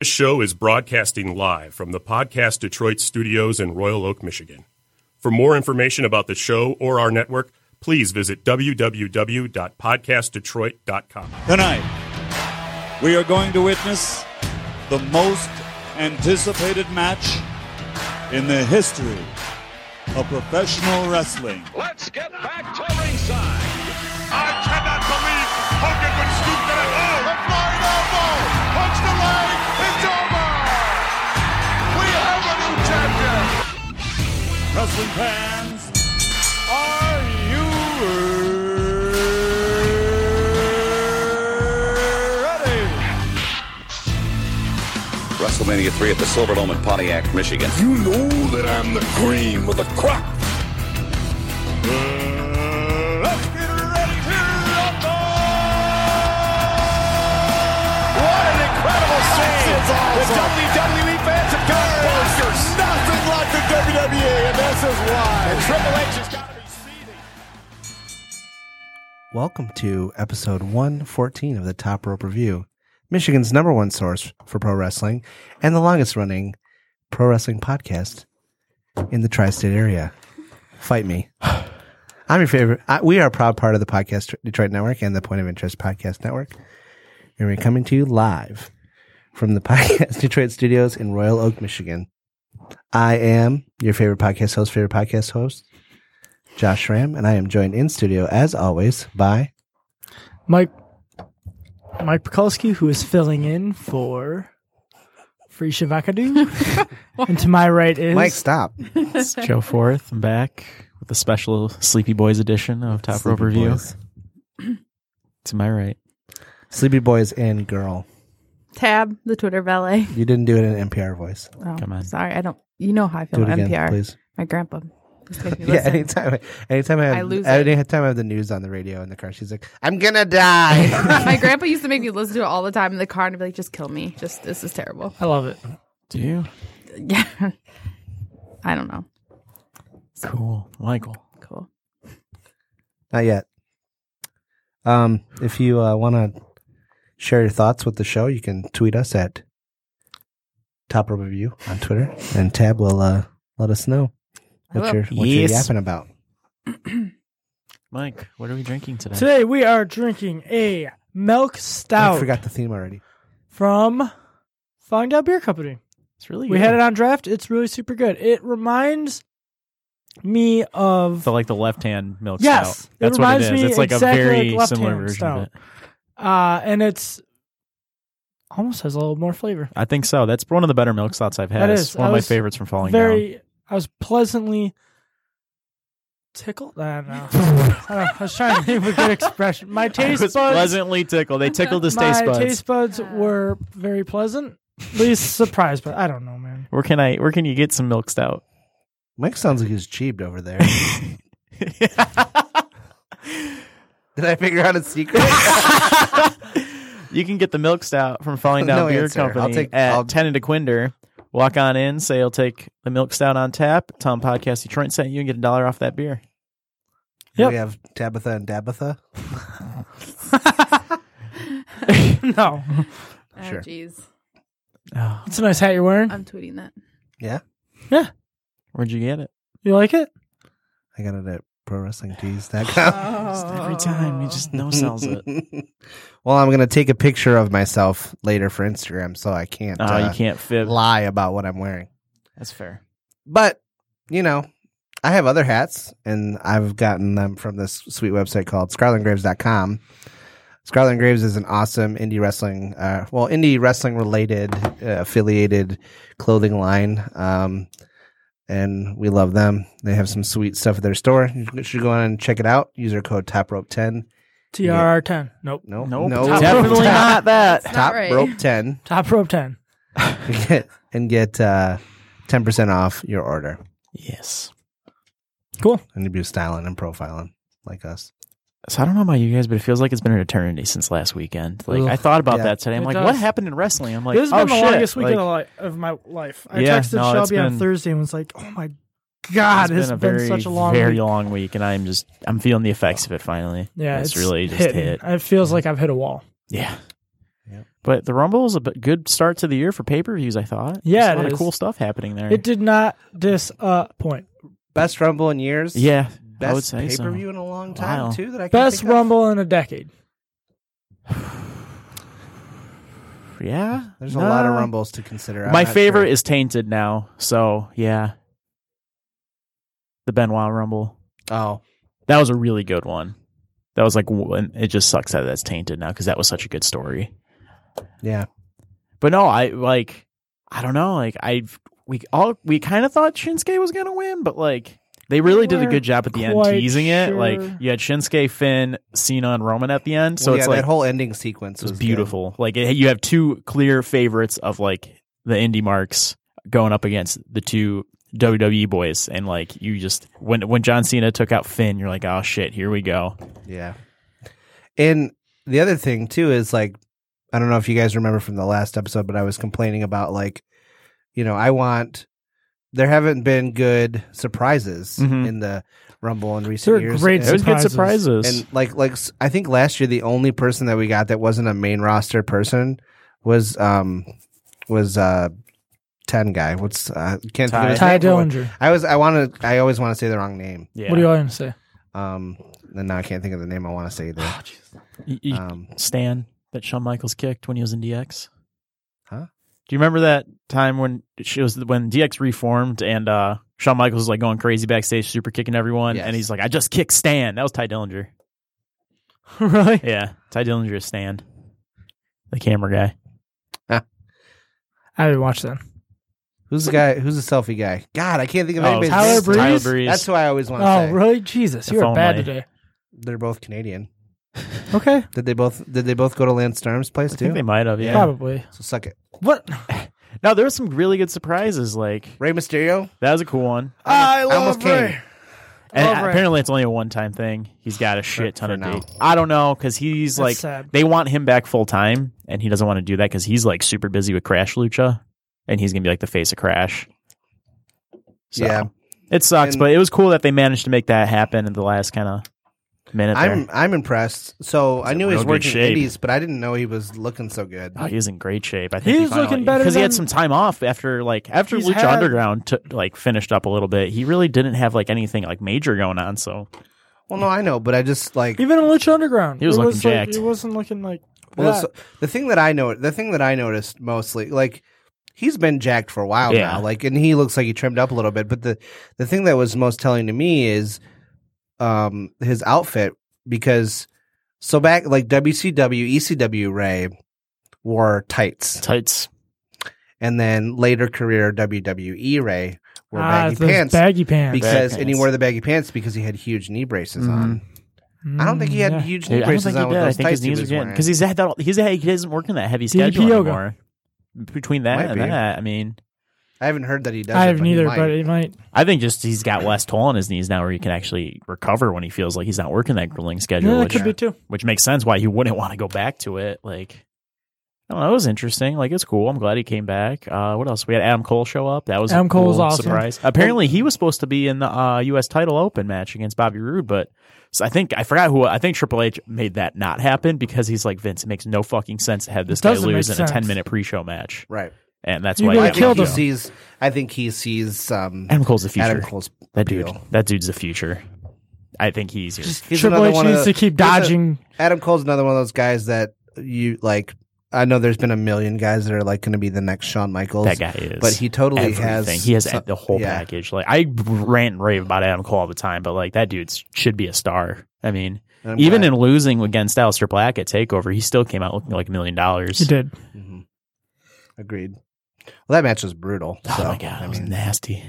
This show is broadcasting live from the Podcast Detroit studios in Royal Oak, Michigan. For more information about the show or our network, please visit www.podcastdetroit.com. Tonight, we are going to witness the most anticipated match in the history of professional wrestling. Let's get back to ringside. I cannot believe Hogan would scoop that. Oh, the flying elbow. Punch the leg. It's over. We have a new champion. Wrestling fans, are you ready? WrestleMania 3 at the Silverdome in Pontiac, Michigan. You know that I'm the cream of the crop. Let's get ready to What an incredible scene. The WWE fans have gone bonkers. Nothing like the WWE, and this is why. Triple H has got to be seething. Welcome to episode 114 of the Top Rope Review, Michigan's number one source for pro wrestling and the longest running pro wrestling podcast in the tri state area. Fight me. I'm your favorite. I, we are a proud part of the Podcast Detroit Network and the Point of Interest Podcast Network. And we're coming to you live from the Podcast Detroit studios in Royal Oak, Michigan. I am your favorite podcast host, favorite podcast host, Josh Schramm, and I am joined in studio, as always, by Mike Mike Pekulski, who is filling in for Free Shivakadu. and to my right is Mike. Stop. Joe Forth back with a special Sleepy Boys edition of Top Rope Sleepy Review. Boys. To my right, Sleepy Boys and Girl. Tab, the Twitter valet. You didn't do it in an NPR voice. Oh, Come on. Sorry, I don't. You know how I Do feel it about again, NPR. please. My grandpa. Just made me Yeah, listen. anytime, anytime I have, I lose it. anytime I have the news on the radio in the car, she's like, "I'm gonna die." My grandpa used to make me listen to it all the time in the car and be like, "Just kill me. Just this is terrible." I love it. do you? Yeah. I don't know. Cool, Michael. Cool. Not yet. Um, if you uh, want to share your thoughts with the show, you can tweet us at Top Rope Review on Twitter, and Tab will uh, let us know what will. you're what you're Yes. yapping about. Mike, what are we drinking today? Today we are drinking a milk stout I forgot the theme already. from Find Out Beer Company. It's really We had it on draft. It's really super good. It reminds me of like the left hand milk Yes, stout. it That's what reminds it is. me It's like exactly a very like left-hand similar version of it. uh and it's almost has a little more flavor. I think so. That's one of the better milk stouts I've had. That it's is. one I of my was favorites from falling very down. I was pleasantly tickled. I don't know. I, don't know. I was trying to think of a good expression. My I taste was buds pleasantly tickled. They tickled his my taste buds. taste buds were very pleasant. At least surprised, but I don't know, man. Where can I? Where can you get some milk stout? Mike sounds like he's cheaped over there. Did I figure out a secret? You can get the milk stout from Falling Down No Beer answer. Company I'll take- at I'll- Tenant to Quinder. Walk on in, say you'll take the milk stout on tap. Tell 'em Podcast Detroit sent you and get a dollar off that beer. Yep. We have Tabitha and Dabitha. No, Oh, Sure. jeez. it's a nice hat you're wearing. I'm tweeting that. Yeah, Where'd you get it? You like it? I got it at prowrestlingtees.com. Oh. Every time he just no sells it. well, I'm gonna take a picture of myself later for Instagram, so I can't. Oh, uh, you can't fib. lie about what I'm wearing. That's fair. But you know, I have other hats, and I've gotten them from this sweet website called ScarletandGraves.com. Scarlet and Graves is an awesome indie wrestling, uh, well, indie wrestling related uh, affiliated clothing line. Um, and we love them. They have some sweet stuff at their store. You should go on and check it out. User code Top Rope 10. TRR ten. Nope. Nope. Nope. No. Definitely not that. It's Uh, Top not right. Rope 10. Top rope ten. and get, and get uh, 10% off your order. Yes. And you'd be styling and profiling like us. So I don't know about you guys, but it feels like it's been an eternity since last weekend. Like Ugh. I thought about Yeah. that today. I'm It like, does. what happened in wrestling? I'm like, this has oh been the shit. longest weekend Like, of li- of my life. I Yeah, texted no, it's Shelby on been- Thursday and was like, "Oh my god, it's it's been a been, very, such a long, very week. long week, and I'm just I'm feeling the effects of it finally. Yeah, it's, really just hitting. hit. It feels like I've hit a wall. Yeah. Yep. But the Rumble is a b- good start to the year for pay per views. I thought. Yeah, There's a it lot of is. cool stuff happening there. It did not disappoint. Best Rumble in years. yeah, I would Best say pay so. per view in a long time Wow. too. That I can Best think of. Rumble in a decade. Yeah, There's a lot of Nah. Rumbles to consider. I'm My not favorite sure. is Tainted now. So yeah, the Benoit Rumble. oh That was a really good one. That was like, w- and it just sucks that that's tainted now because that was such a good story. yeah. But no, I like I don't know, like I we all we kind of thought Shinsuke was going to win, but like they really did a weren't good job at the end quite teasing it. sure. Like you had Shinsuke, Finn, Cena and Roman at the end, so Well, it's yeah, like that whole ending sequence it was good. beautiful. Like it, you have two clear favorites of like the indie marks going up against the two WWE boys and like you just when when John Cena took out Finn, you're like, "Oh shit, here we go." Yeah. And the other thing too is like I don't know if you guys remember from the last episode, but I was complaining about like, you know, I want there haven't been good surprises Mhm. in the Rumble in recent There are years. great and, There was good Surprises. surprises. and like like s- I think last year the only person that we got that wasn't a main roster person was um was uh ten guy. What's uh can't think of his Ty name. Dillinger. I was I wanna I always want to say the wrong name. yeah. What do you all going to say? Um and now I can't think of the name I want to say either. Ah, You- you- Um Stan that Shawn Michaels kicked when he was in DX? Huh? Do you remember that time when she was when DX reformed and uh Shawn Michaels was like going crazy backstage, super kicking everyone, Yes. and he's like, "I just kicked Stan." That was Ty Dillinger. really? Yeah, Ty Dillinger is Stan, the camera guy. I haven't watched them. Who's the guy? Who's the selfie guy? God, I can't think of Oh, anybody's Tyler name. Breeze? Tyler Breeze. That's who I always want to Oh, say. really? Jesus, If you are bad only. today. They're both Canadian. Okay, Did they both? Did they both go to Lance Storm's place I too? think they might have. Yeah. probably. so suck it. What? No, there were some really good surprises. Like Rey Mysterio. that was a cool one. I almost came. And Over it. apparently, it's only a one-time thing. He's got a shit ton for of now. dates. I don't know because he's That's like sad. they want him back full time, and he doesn't want to do that because he's like super busy with Crash Lucha, and he's gonna be like the face of Crash. So, Yeah. it sucks, And- but it was cool that they managed to make that happen in the last kind of minute there. I'm I'm impressed. So I in knew he real was good working shape. indies, but I didn't know he was looking so good. Oh, he was in great shape. I think he He's finally- looking better because he had than- some time off after like after He's Lucha had- Underground t- like finished up a little bit. He really didn't have like anything like major going on. So Well, no, I know, but I just like Even in Lucha Underground, He was it looking like- jacked. it wasn't looking like. well, that. so- the thing that I know. The thing that I noticed mostly, like he's been jacked for a while Yeah. now. Like, and he looks like he trimmed up a little bit. But the the thing that was most telling to me is um his outfit because so back like WCW, ECW E Ray wore tights, tights. and then later career WWE Ray wore Ah, baggy it's those pants. Baggy pants. because Baggy and he pants. wore the baggy pants because he had huge knee braces Mhm. on. I don't think he had Mm, yeah. huge I knee don't braces think he on did. with I those think tights his he knees are was getting wearing. because he's had that. all- He's had, he doesn't work in that heavy DDP schedule yoga. anymore. Between that Might and be. that, I mean, I haven't heard that he does. I it, haven't he either, might. but it might. I think just he's got less toll on his knees now, where he can actually recover when he feels like he's not working that grueling schedule, Yeah, it which, could be too. which makes sense why he wouldn't want to go back to it. Like, I don't know, it was interesting. Like, it's cool. I'm glad he came back. Uh, what else? We had Adam Cole show up. That was Adam a Cole was cool awesome. surprise. Apparently, he was supposed to be in the uh, U.S. title open match against Bobby Roode, but so I think I forgot who. I think Triple H made that not happen because he's like Vince. It makes no fucking sense to have this guy doesn't make lose in sense. a 10 minute pre-show match, right. and that's You why really he I got think killed he him. moved. sees. I think he sees. Um, Adam Cole's the future. Adam Cole's That dude. appeal. That dude's the future. I think he's here. He's Triple another H one of needs the- to keep he's a- dodging. Adam Cole's another one of those guys that you like. I know there's been a million guys that are like going to be the next Shawn Michaels. that guy is. but he totally everything. has He has e- some- the whole yeah. package. Like I rant and rave about Adam Cole all the time, but like that dude should be a star. I mean, And I'm even glad. in losing against Aleister Black at Takeover, he still came out looking like a million He dollars. did. Mhm. Agreed. Well, that match was brutal. Oh so, my god, that I was mean, nasty.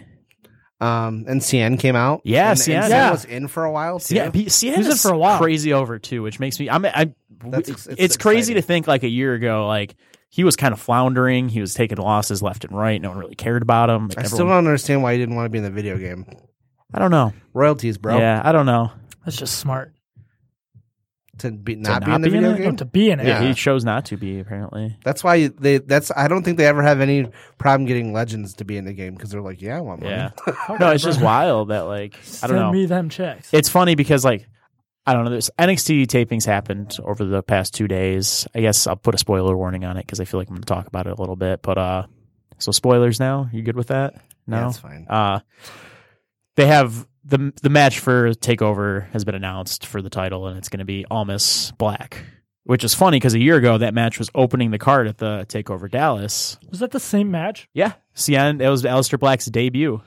um, and Cien came out. Yeah, and, Cien. and Yeah. was in for a while too. Yeah, but Cien He's in is for a while. crazy over too, which makes me. I'm. I. That's It's, ex- it's crazy exciting. to think like a year ago, like he was kind of floundering. He was taking losses left and right. No one really cared about him. I still Everyone- don't understand why he didn't want to be in the video game. I don't know. Royalties, bro. Yeah, I don't know. That's just smart. To be not, not be in the be in video it? game. to be in it. Yeah, Yeah. he chose not to be apparently. That's why they. That's I don't think they ever have any problem getting legends to be in the game because they're like, yeah, I want money. Yeah. no, it's just wild that like I don't Send know. me them checks. It's funny because like I don't know. There's NXT tapings happened over the past two days. I guess I'll put a spoiler warning on it because I feel like I'm going to talk about it a little bit. But uh, so spoilers now. You good with that? No, Yeah, it's fine. Uh, they have the the match for Takeover has been announced for the title, and it's going to be Almas Black, which is funny because a year ago that match was opening the card at the Takeover Dallas. Was that the same match? Yeah, Cien, it was Aleister Black's debut.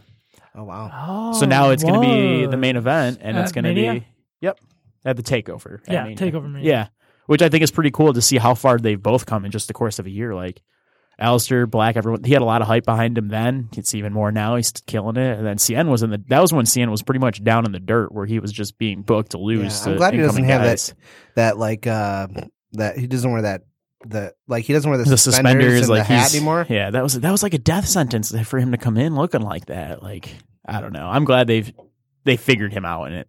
Oh wow. Oh, so now it's going to be whoa. the main event, and it's At going to be Mania? yep at the takeover. at Yeah, Mania. Takeover Mania. Yeah, which I think is pretty cool to see how far they've both come in just the course of a year. Like Alistair Black, everyone he had a lot of hype behind him then. It's even more now. He's killing it. And then CN was in the that was when CN was pretty much down in the dirt where he was just being booked to lose. Yeah, to I'm glad he doesn't incoming have guys. that that like uh that he doesn't wear that the like he doesn't wear the, The suspenders, suspenders, and like the hat he's- anymore. Yeah, that was that was like a death sentence for him to come in looking like that. Like I don't know. I'm glad they've they figured him out and it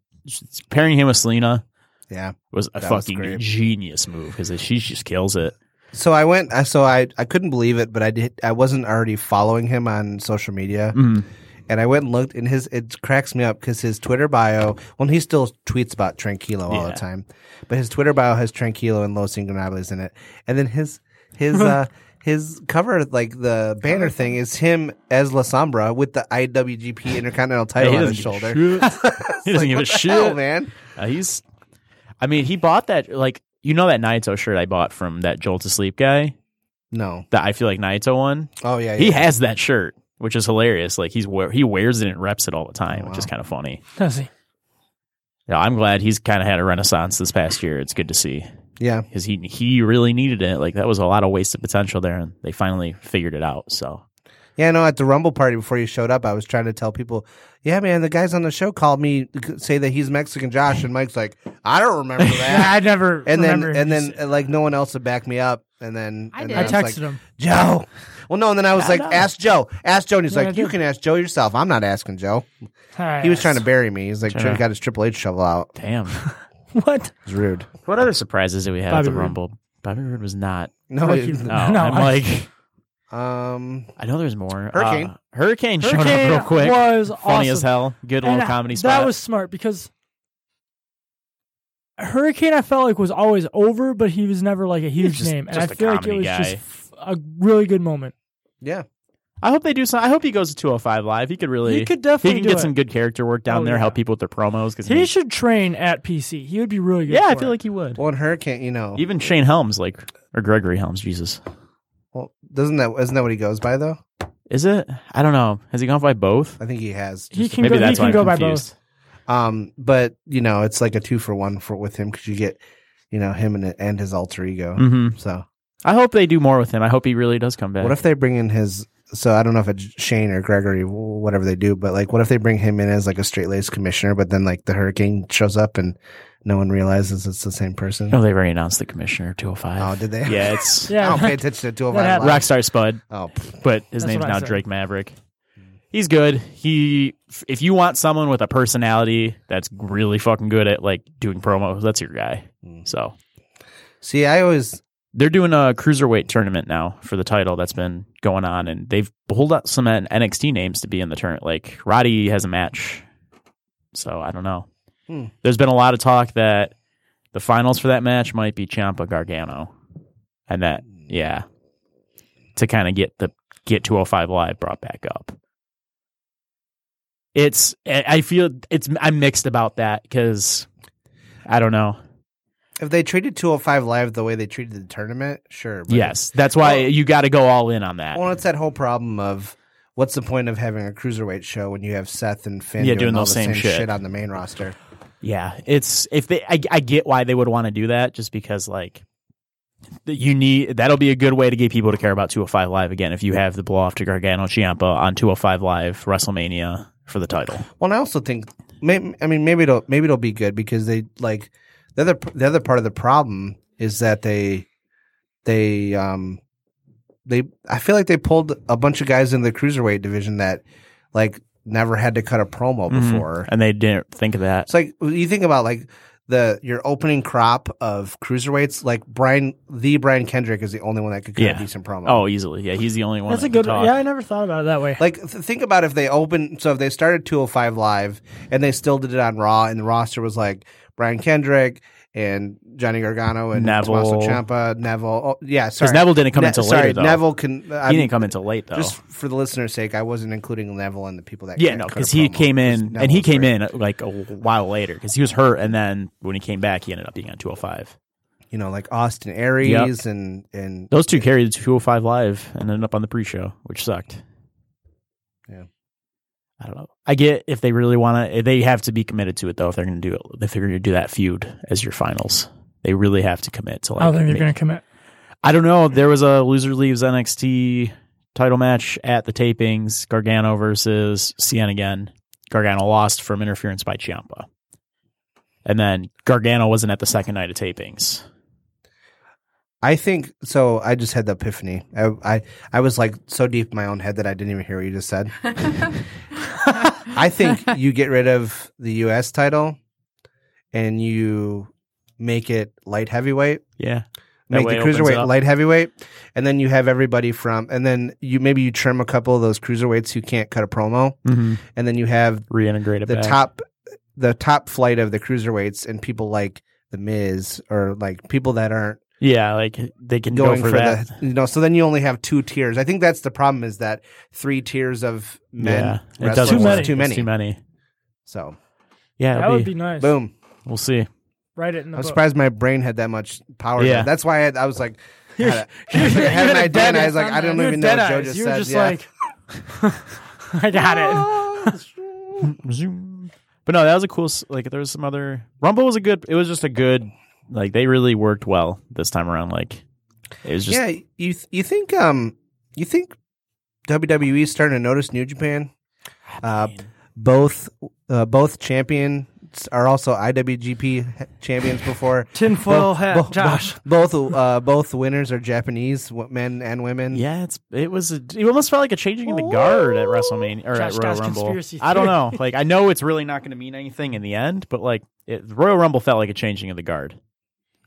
pairing him with Selena. Yeah. was a That was fucking great. genius move because she just kills it. So I went. I So I I couldn't believe it, but I did. I wasn't already following him on social media, Mm-hmm. and I went and looked. And his it cracks me up because his Twitter bio. Well, he still tweets about Tranquilo all the Yeah. time, but his Twitter bio has Tranquilo and Los Ingonables in it, and then his his. uh His cover, like the banner thing, is him as La Sombra with the IWGP Intercontinental title on his shoulder. He doesn't Like, give a what the hell, shit. man. Uh, he's, I mean, he bought that like you know that Naito shirt I bought from that Jolt to Sleep guy. No. That I feel like Naito one. Oh yeah. He yeah. has that shirt, which is hilarious. Like he's wear he wears it and reps it all the time, Oh, which is kind of funny. Does he? Yeah, I'm glad he's kind of had a renaissance this past year. It's good to see yeah. because he he really needed it. Like that was a lot of wasted potential there, and they finally figured it out. So Yeah, no, at the Rumble party before you showed up, I was trying to tell people, yeah, man, the guys on the show called me to say that he's Mexican Josh, and Mike's like, I don't remember that. I never. and then, remember him and then, just- uh, like, no one else would back me up. And then I and did. then I it's was texted like, him. Joe. Well, no, and then I was like, ask Joe, ask Joe, and he's Yeah, I like, you did. can ask Joe yourself. I'm not asking Joe. All right. He was trying to bury me. He's like, Sure. got his Triple H shovel out. damn. What? It's rude. What other surprises did we have Bobby at the Roode. Rumble? Bobby Roode was not. No, Hurricane. it- No, No, I'm I- like um, I know there's more. Hurricane. Uh, Hurricane showed Hurricane up real quick. was Funny awesome. as hell. Good And little I- comedy spot. That was smart because Hurricane I felt like was always over, but he was never like a huge just- name, and just I a feel like it comedy was guy. just f- a really good moment. yeah, I hope they do some. I hope he goes to 205 live. He could really. He could definitely He can do get it. some good character work down Oh, there. yeah. Help people with their promos. Cause He should train at PC. He would be really good. Yeah, I for feel it. like he would. well, in Hurricane, you know, Even Shane Helms, like or Gregory Helms. Jesus, well, doesn't that isn't that what he goes by though? is it? I don't know. Has he gone by both? I think he has. he can Maybe go. He that's why can I'm go by confused. both. Um, but you know, it's like a two for one for with him because you get, you know, him and and his alter ego. Mm-hmm. hmm So I hope they do more with him. I hope he really does come back. what if they bring in his? So I don't know if it's Shane or Gregory, wh- whatever they do, but like, what if they bring him in as like a straight laced commissioner, but then like the hurricane shows up and no one realizes it's the same person? No, they already announced the commissioner 205. Oh, did they? Yeah, it's I don't Oh, Yeah, pay attention to two of That our happened. lives. Rockstar Spud. Oh, pff, but his That's name's what I now said. Drake Maverick. He's good. He, if you want someone with a personality that's really fucking good at like doing promos, that's your guy. So see, I always they're doing a cruiserweight tournament now for the title that's been going on, and they've pulled out some NXT names to be in the tournament. Like Roddy has a match, so I don't know. Hmm. There's been a lot of talk that the finals for that match might be Ciampa Gargano, and that yeah, to kind of get the get 205 live brought back up. It's I I feel it's I'm mixed about that because I don't know. if they treated two hundred five live the way they treated the tournament, sure. but- Yes, that's why Well- you got to go all in on that. Well, it's that whole problem of what's the point of having a cruiserweight show when you have Seth and Finn Yeah, doing, doing all those the same same, shit. shit on the main roster. Yeah, it's if they. I, I get why they would want to do that, just because like that you need that'll be a good way to get people to care about 205 Live again. If you have the blow off to Gargano Ciampa on 205 Live WrestleMania for the title, Well, and I also think, may I mean, maybe it'll maybe it'll be good because they like the other the other part of the problem is that they they um they I feel like they pulled a bunch of guys in the cruiserweight division that like never had to cut a promo before. and they didn't think of that. It's like you think about like the your opening crop of cruiserweights, like Brian the Brian Kendrick is the only one that could cut yeah. a decent promo. Oh, easily. Yeah, he's the only one. That's that a can good. talk. Yeah, I never thought about it that way. Like th- think about if they opened so if they started 205 live and they still did it on Raw and the roster was like Brian Kendrick and Johnny Gargano and Neville. Tommaso Ciampa, Neville. Oh, yeah, sorry. Because Neville didn't come Ne- until sorry, later, though. Neville can I'm- he didn't come until late though. Just for the listener's sake, I wasn't including Neville and the people that yeah, cut- no, cut because a he promo. came Just in Neville and he was came great. in like a while later because he was hurt, and then when he came back, he ended up being on 205. you know, like Austin Aries and and Those two carried 205 live and ended up on the pre-show, which sucked. Yeah. I don't know. I get if they really want to, they have to be committed to it though. If they're going to do it, if they're going to do that feud as your finals, they really have to commit to. Like, I don't think Oh, they're make- going to commit. I don't know. There was a loser leaves NXT title match at the tapings. Gargano versus Cien again. Gargano lost from interference by Ciampa. And then Gargano wasn't at the second night of tapings. I think so. I just had the epiphany. I, I I was like so deep in my own head that I didn't even hear what you just said. I think you get rid of the U.S. title and you make it light heavyweight. Yeah. That Make way the it opens it cruiserweight up. light heavyweight, and then you have everybody from, and then you maybe you trim a couple of those cruiserweights who can't cut a promo, Mm-hmm. and then you have Reintegrate it the back. top the top flight of the cruiserweights and people like the Miz or like people that aren't Yeah, like they can going go for, for, that. the you know. So then you only have two tiers. I think that's the problem is that three tiers of yeah, men it wrestlers doesn't is Too work. many. Too It's many. Too many. So Yeah, That it'll would be, be nice. boom. We'll see. Write it in the I'm book. surprised my brain had that much power. Yeah. Yeah. That's why I, I was like, I had, a- I was like, I you had had an a idea, and I dead was like, I don't You're even know dead what Joe eyes. just you were said. just yeah. like, I got it. Zoom. But no, that was a cool. s- Like there was some other Rumble was a good. It was just a good. Like they really worked well this time around. Like it was just yeah, you th- you think um you think WWE is starting to notice New Japan? Uh, both uh, both champions are also IWGP he- champions before. Tinfoil Both- hat, both- Josh. Both uh, both winners are Japanese, w- men and women. yeah. It's it was a, it almost felt like a changing in the guard at WrestleMania or Josh at Royal Dawes Rumble. conspiracy I don't know. Like I know it's really not going to mean anything in the end, but like it, Royal Rumble felt like a changing of the guard.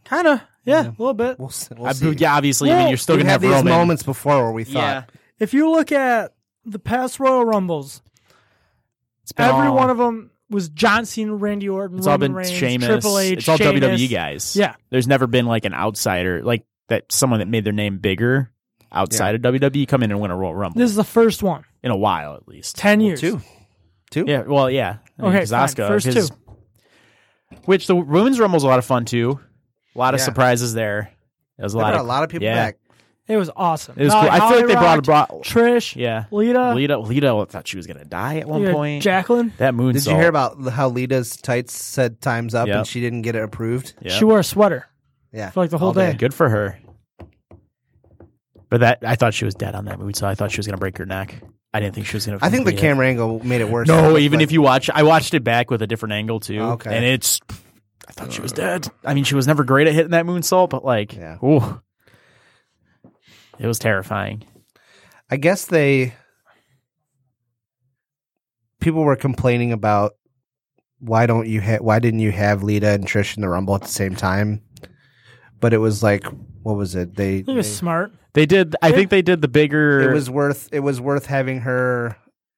Kind of. Yeah, a little bit. We'll, s- we'll I, see. yeah, obviously. I mean, Well, you're still we going to had have these Roman. moments before where we thought yeah, If you look at the past Royal Rumbles, it's been every all- one of them was John Cena, Randy Orton, It's all Roman been Reigns, Sheamus. Triple H, it's all Sheamus. WWE guys. Yeah. There's never been like an outsider, like that someone that made their name bigger outside of WWE come in and win a Royal Rumble This is the first one. in a while at least. Ten years. two. Yeah. Well, yeah. I mean, Okay, 'cause fine. Asuka, First 'cause- two. Which the women's Rumble's a lot of fun too. A lot of Yeah. surprises there. There's a They lot brought of a lot of people yeah. back. It was awesome. It was Now, cool. I feel Holly like they brought- Rock, brought- Trish. Yeah. Lita. Lita. Lita thought she was gonna die at one yeah, point. Jacqueline. that moonsault. Did you hear about how Lita's tights said times up Yep. and she didn't get it approved? Yep. She wore a sweater Yeah. for like the whole All day. Good for her. But that I thought she was dead on that moonsault. I thought she was gonna break her neck. I didn't think she was gonna. I think the complete it. camera angle made it worse. No, Like- even if you watch, I watched it back with a different angle too. Oh, okay. and it's. I thought she was dead. I mean, she was never great at hitting that moonsault, but like, Yeah. ooh, it was terrifying. I guess they people were complaining about why don't you ha- why didn't you have Lita and Trish in the Rumble at the same time? But it was like what was it? They, He was they- smart. They did. I think they did the bigger. it was worth it was worth having her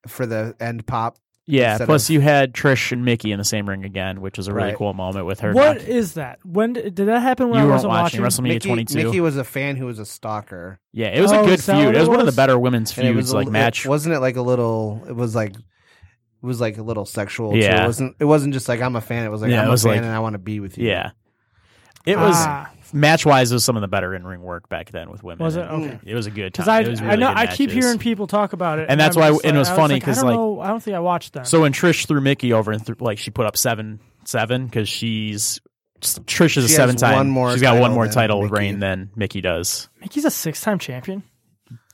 for the end pop. yeah. instead Plus, of- you had Trish and Mickey in the same ring again, which was a really Right. cool moment with her. What is knocking- that? When did, did that happen? When you I weren't wasn't watching, WrestleMania Mickey, twenty two? Mickey was a fan who was a stalker. yeah, it was Oh, a good is that what feud. It it was one of the was? better women's And feuds, a like li- match. it- wasn't it like a little it was like it was like a little sexual Yeah. too. It wasn't it wasn't just like I'm a fan, it was like Yeah, I'm it was a fan like- and I want to be with you. yeah, it was Ah. match wise. It was some of the better in ring work back then with women. Was it? And Okay. It was a good time. Because I, It was I really know good I keep matches. hearing people talk about it, And that's I'm why- just and it was I funny like, 'cause, I don't like- know- I don't think I watched that. So when Trish threw Mickey over and threw, like she put up seven seven because she's Trish is a She has seven time. one more she's got one title more than title Mickey. reign than Mickey does. Mickey's a six-time champion.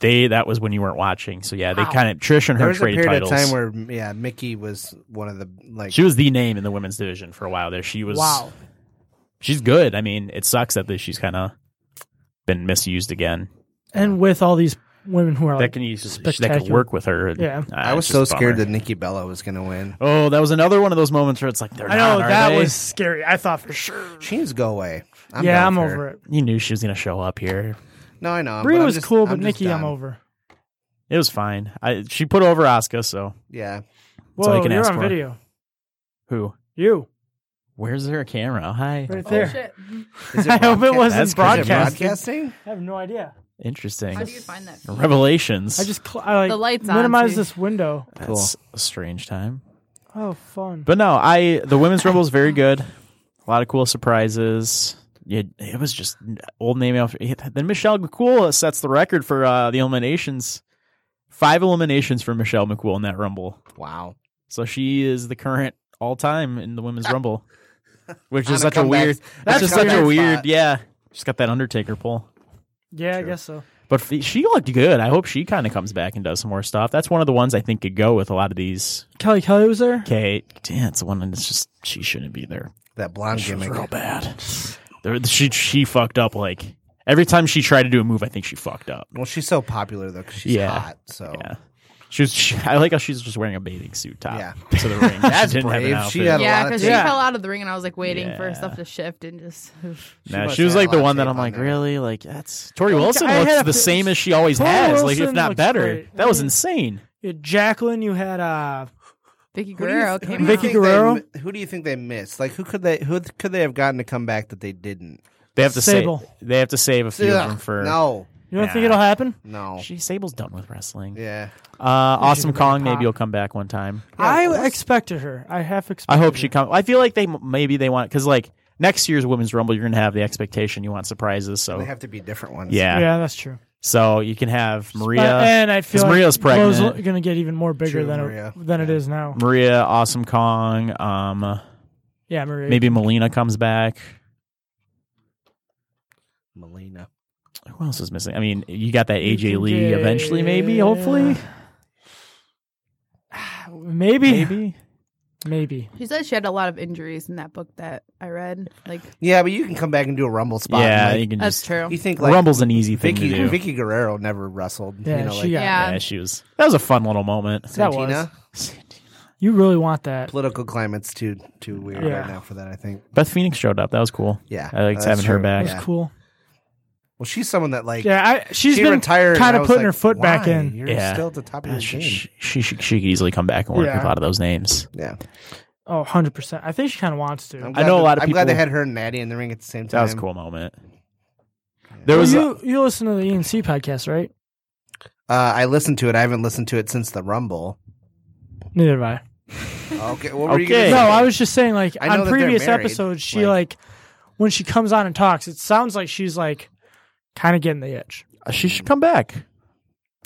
They that was when you weren't watching. So yeah, they kind of Trish and There her was a traded period titles. of time where yeah, Mickey was one of the like she was the name in the women's division for a while there. She was Wow. She's good. I mean, it sucks that this, she's kind of been misused again. And with all these women who are that like can use that could spectacular. work with her. Yeah. Ah, I was it's so just a scared bummer. that Nikki Bella was going to win. Oh, that was another one of those moments where it's like they're I know not, are that they? was scary. I thought for sure. She needs to go away. I'm yeah, done I'm with her. over it. You knew she was gonna show up here. No, I know. Brie I'm was just- cool, but just Nikki, I'm done. over. It was fine. I she put over Asuka, so Yeah. all you Whoa, can you're ask on for. video. who? You Where's her camera? Hi. right Oh, there. shit. Is I hope it broadca- wasn't That's- is broadcasted. broadcasting? I have no idea. Interesting. How do you find that? feed? Revelations. I just cl- I like The light's on, minimize too. this window. That's Cool. a strange time. Oh, fun. But no, I the women's rumble is very good. A lot of cool surprises. It, it was just old name after. Then Michelle McCool sets the record for uh, the eliminations. Five eliminations for Michelle McCool in that rumble. Wow. So she is the current all time in the women's rumble, which On is a such a comeback- weird. on That's a just such a comeback weird. spot. Yeah, she's got that Undertaker pull. yeah, I guess so. But f- she looked good. I hope she kind of comes back and does some more stuff. That's one of the ones I think could go with a lot of these. Kelly Kelly was there. Kate, damn, it's the one that's just she shouldn't be there. That blonde She was gimmick. real bad. There- she she fucked up. Like every time she tried to do a move, I think she fucked up. Well, she's so popular though because she's Yeah. hot. So Yeah. She was. She, I like how she's just wearing a bathing suit top Yeah. to the ring. That's she didn't brave. Have an She outfit. had a Yeah, lot of because tape. she Yeah. fell out of the ring, and I was like waiting for Yeah. stuff to shift, and just Nah, must she was have like had a the lot one of that I'm tape on like, there. really, like that's Tori Wilson I looks had a the fi- same as she always Tori has, like if Wilson not looks better. great. That was I mean- insane. You had Jacqueline, you had uh Vicky Who do you- Guerrero who came do you Vicky out. think they Guerrero? mi- Who do you think they missed? Like who could they who th- could they have gotten to come back that they didn't? They have to Sable. save. They have to save a few of them Ugh, for. no, you don't think Nah. it'll happen? no, She Sable's done with wrestling. yeah. Uh, awesome give it a Kong. Maybe pop. he'll come back one time. I expected her. I half I expected. hope she her. comes. I feel like they maybe they want because like next year's women's rumble, you're gonna have the expectation you want surprises. So They have to be different ones. Oh. yeah. Yeah, that's true. so you can have Maria Uh, and I feel 'cause like Maria's Glow's pregnant. going to get even more bigger True, than Maria. it, than it is now. Maria, Awesome Kong. Um, Yeah, Maria. maybe Melina comes back. Melina. Who else is missing? I mean, you got that AJ can Lee get- eventually, maybe, hopefully, maybe, maybe, maybe. maybe. She said she had a lot of injuries in that book that I read. Like Yeah, but you can come back and do a rumble spot. Yeah, and, you like, can that's just. true. you think like Rumble's an easy thing Vicky to do. Vicky Guerrero never wrestled. Yeah, you know, she like got- Yeah. yeah, she was. That was a fun little moment. That was. Santina. You really want that? Political climate's too too weird Yeah. right now for that. I think. Beth Phoenix showed up. That was cool. Yeah, I liked that's having her true. back. That's Yeah. cool. Well, she's someone that like Yeah, I, she's she been retired. kind and I of was putting like, her foot back "Why? in. You're Yeah. still at the top of Uh, your she, game. she, she, she could easily come back and work Yeah. with a lot of those names. yeah, Oh, 100 percent. I think she kind of wants to. I'm I glad know a that- lot of I'm glad they people- had her and Maddie in the ring at the same time. That was a cool moment. There was you, you listen to the ENC podcast, right? Uh, I listened to it. I haven't listened to it since the Rumble. Neither have I. Okay, what were you Okay. gonna No, say? I was just saying, like I know on that they're previous married, episodes, she like- like, when she comes on and talks, it sounds like she's like kind of getting the itch. a, uh, she should come back.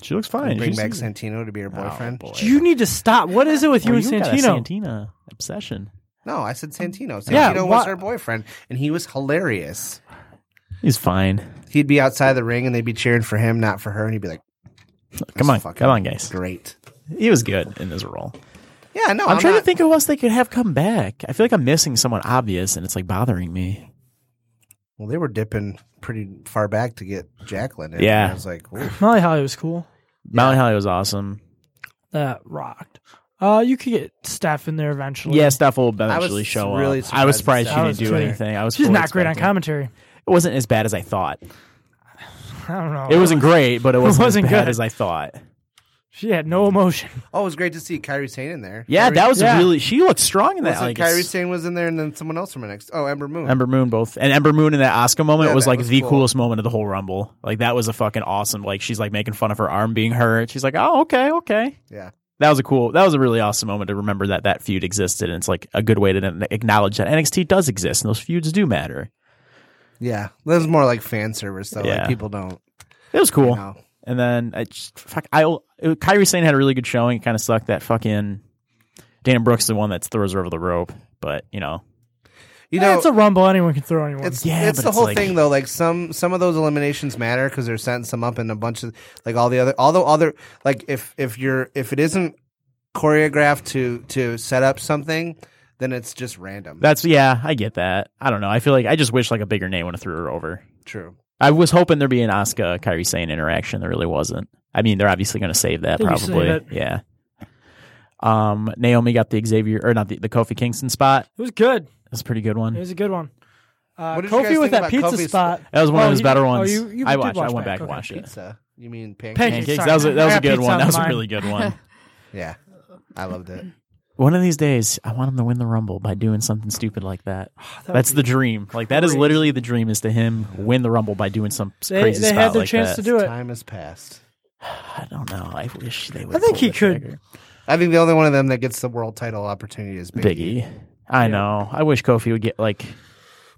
She looks fine. bring She's- Oh, back Oh, Santino to be her boyfriend. boy. You need to stop. What is it with you Well, and got a Santino? Santina obsession. No, I said Santino. Santino Yeah, was wha- her boyfriend, and he was hilarious. He's fine. He'd be outside the ring, and they'd be cheering for him, not for her, and he'd be like, Come on, fucking come on, guys. "Great." He was good in this role. Yeah, no, I'm, I'm, trying not- to think who else they could have come back. I feel like I'm missing someone obvious, and it's like bothering me. Well, they were dipping pretty far back to get Jacqueline. In. Yeah. I was like, ooh. Molly Holly was cool. Mount Holly was awesome. That rocked. Uh, you could get Steph in there eventually. Yeah, Steph will was eventually show really up. I was surprised surprised that she I didn't was do too. anything. I was. she's fully not great on expecting- commentary. It wasn't as bad as I thought. I don't know. It wasn't great, but it wasn't, wasn't as bad good. as I thought. She had no emotion. oh, it was great to see Kyrie Sane in there. Yeah, Kyrie, that was yeah. really. She looked strong in that. was like, Kyrie Sane was in there, and then someone else from the next. Oh, Ember Moon. Ember Moon both and Ember Moon in that Oscar moment Yeah, was that like was the cool. coolest moment of the whole Rumble. Like that was a fucking awesome. Like she's like making fun of her arm being hurt. She's like, oh okay, okay. Yeah. That was a cool. That was a really awesome moment to remember that that feud existed, and it's like a good way to then acknowledge that NXT does exist and those feuds do matter. Yeah, that was more like fan service though. Yeah. Like people don't. It was cool. know. And then I just fuck. I it, Kyrie Sane had a really good showing. It kind of sucked that fucking Dana Brooks the one that throws her over the rope, but you know You Eh, know, it's a rumble. Anyone can throw anyone. it's Yeah, it's but the it's whole like- thing though. Like some some of those eliminations matter because they're setting some up in a bunch of like all the other although other like if if you're if it isn't choreographed to to set up something, then it's just random. that's yeah. I get that. I don't know. I feel like I just wish like a bigger name would have threw her over. true. I was hoping there'd be an Asuka Kyrie Sane interaction. There really wasn't. I mean, they're obviously going to save that They can probably. save it. Yeah. Um, Naomi got the Xavier or not the, the Kofi Kingston spot. It was good. That's a pretty good It one. was a good one. Uh, What did you guys Kofi think with that about pizza Kofi's- spot. That was one Oh, of his you- better oh, ones. you- you I did watched. I watch went back. back Okay. and watched it. Pizza. You mean Pancakes. pancakes? Pancakes. Sorry. That was a, that was I a got good pizza one. on That was a mine. really good one. Yeah, I loved it. One of these days, I want him to win the Rumble by doing something stupid like that. Oh, would That's be the dream. Like that is crazy. literally the dream is to him win the Rumble by doing some s- They, crazy they spot had their like chance that. to do it. Time has passed. I don't know. I wish they would. I think pull he the could. trigger. I think the only one of them that gets the world title opportunity is Big, E. Biggie. I know. I wish Kofi would get like.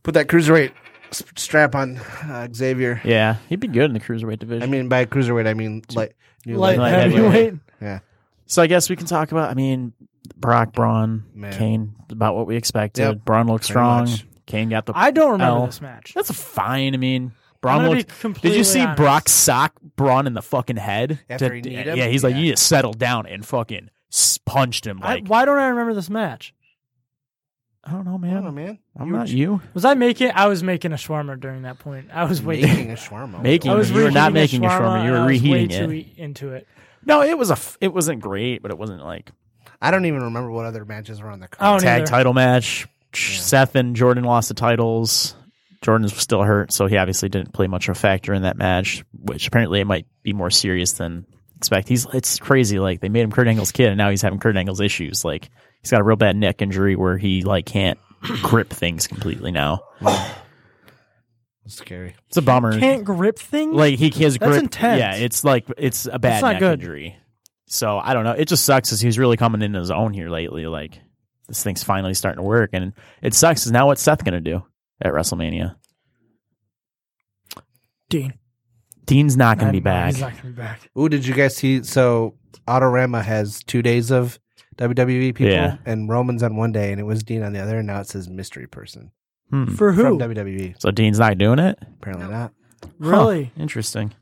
Put that cruiserweight s- strap on uh, Xavier. Yeah, he'd be good in the cruiserweight division. I mean, by cruiserweight, I mean like new Light Light heavyweight. heavyweight. Yeah, so I guess we can talk about. I mean, Brock, Braun, Man. Kane. About what we expected. Yep. Braun looked Pretty strong. much. Kane got the. I don't remember L. this match. That's fine. I mean, I'm Braun gonna be looked. Did completely you see honest. Brock sock Braun in the fucking head? After he kneed him? Yeah, he's like, Yeah. you just settled down and fucking s- punched him. I, Like, why don't I remember this match? I don't know, I man. don't know, man. I'm You were not ch- you Was I making? I was making a shawarma during that point. I was way making a shawarma. making. I was you were not reheating making a shawarma. You and were I was way reheating too it. e- into it. No, it was a. F- it wasn't great, but it wasn't like I don't even remember what other matches were on the I card. don't tag either. title match. Seth and Jordan lost the titles. Jordan's still hurt, so he obviously didn't play much of a factor in that match, which apparently it might be more serious than expect. He's it's crazy. Like they made him Kurt Angle's kid, and now he's having Kurt Angle's issues. Like he's got a real bad neck injury where he like can't grip things completely now. It's scary. It's a bummer. Can't grip thing. like he has That's grip. intense. Yeah, it's like it's a bad That's not neck good. injury. So I don't know. It just sucks because he's really coming into his own here lately. Like this thing's finally starting to work, and it sucks because now what's Seth gonna do at WrestleMania? Dean. Dean's not gonna I be don't know. back. He's not gonna be back. Ooh, did you guys see? So Autorama has two days of WWE people Yeah. and Roman's on one day, and it was Dean on the other, and now it says mystery person Hmm. For who? from WWE. So Dean's not doing it. Apparently not. Huh. Really interesting.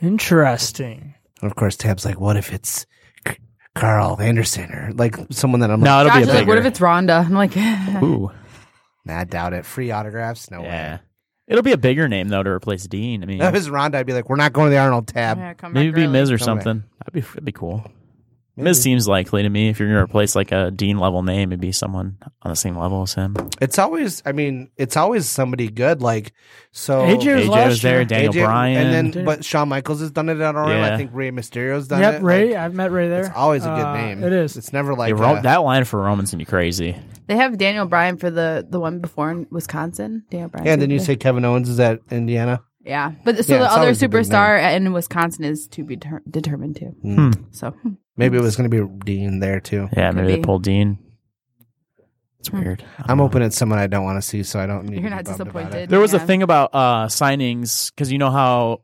interesting. And of course, Tab's like, what if it's C- Carl Anderson or like someone that I'm No, it'll Josh be is a like, bigger. what if it's Rhonda? I'm like, yeah. Ooh, Nah, I doubt it. Free autographs? No yeah. way. It'll be a bigger name though to replace Dean. I mean, If it's Ronda, I'd be like, we're not going to the Arnold tab. come maybe back be early. Miz or No way. something. That'd be that'd be cool. Miz seems likely to me. If you're gonna replace like a Dean level name, it'd be someone on the same level as him. It's always, I mean, it's always somebody good. Like, so AJ was AJ last was there. year. Daniel AJ Bryan. and then but Shawn Michaels has done it at RM. Yeah. I think Ray Mysterio's done Yep, it. Ray. Like, I've met Ray there. it's always a good Uh, name. It is. It's never like uh, Yeah, Ro- a- that line for Roman's gonna be crazy. They have Daniel Bryan for the the one before in Wisconsin. Daniel Bryan. Yeah, and then you say Kevin Owens is at Indiana. Yeah, but so Yeah, the it's other always a big superstar in Wisconsin is to be ter- determined too. Hmm. Hmm. So Maybe it was going to be Dean there too. Yeah, maybe Hmm. they be. pulled Dean. It's weird. I'm open at someone I don't want to see, so I don't need. to be you're not bummed about it. disappointed. There was a Yeah. thing about uh, signings because you know how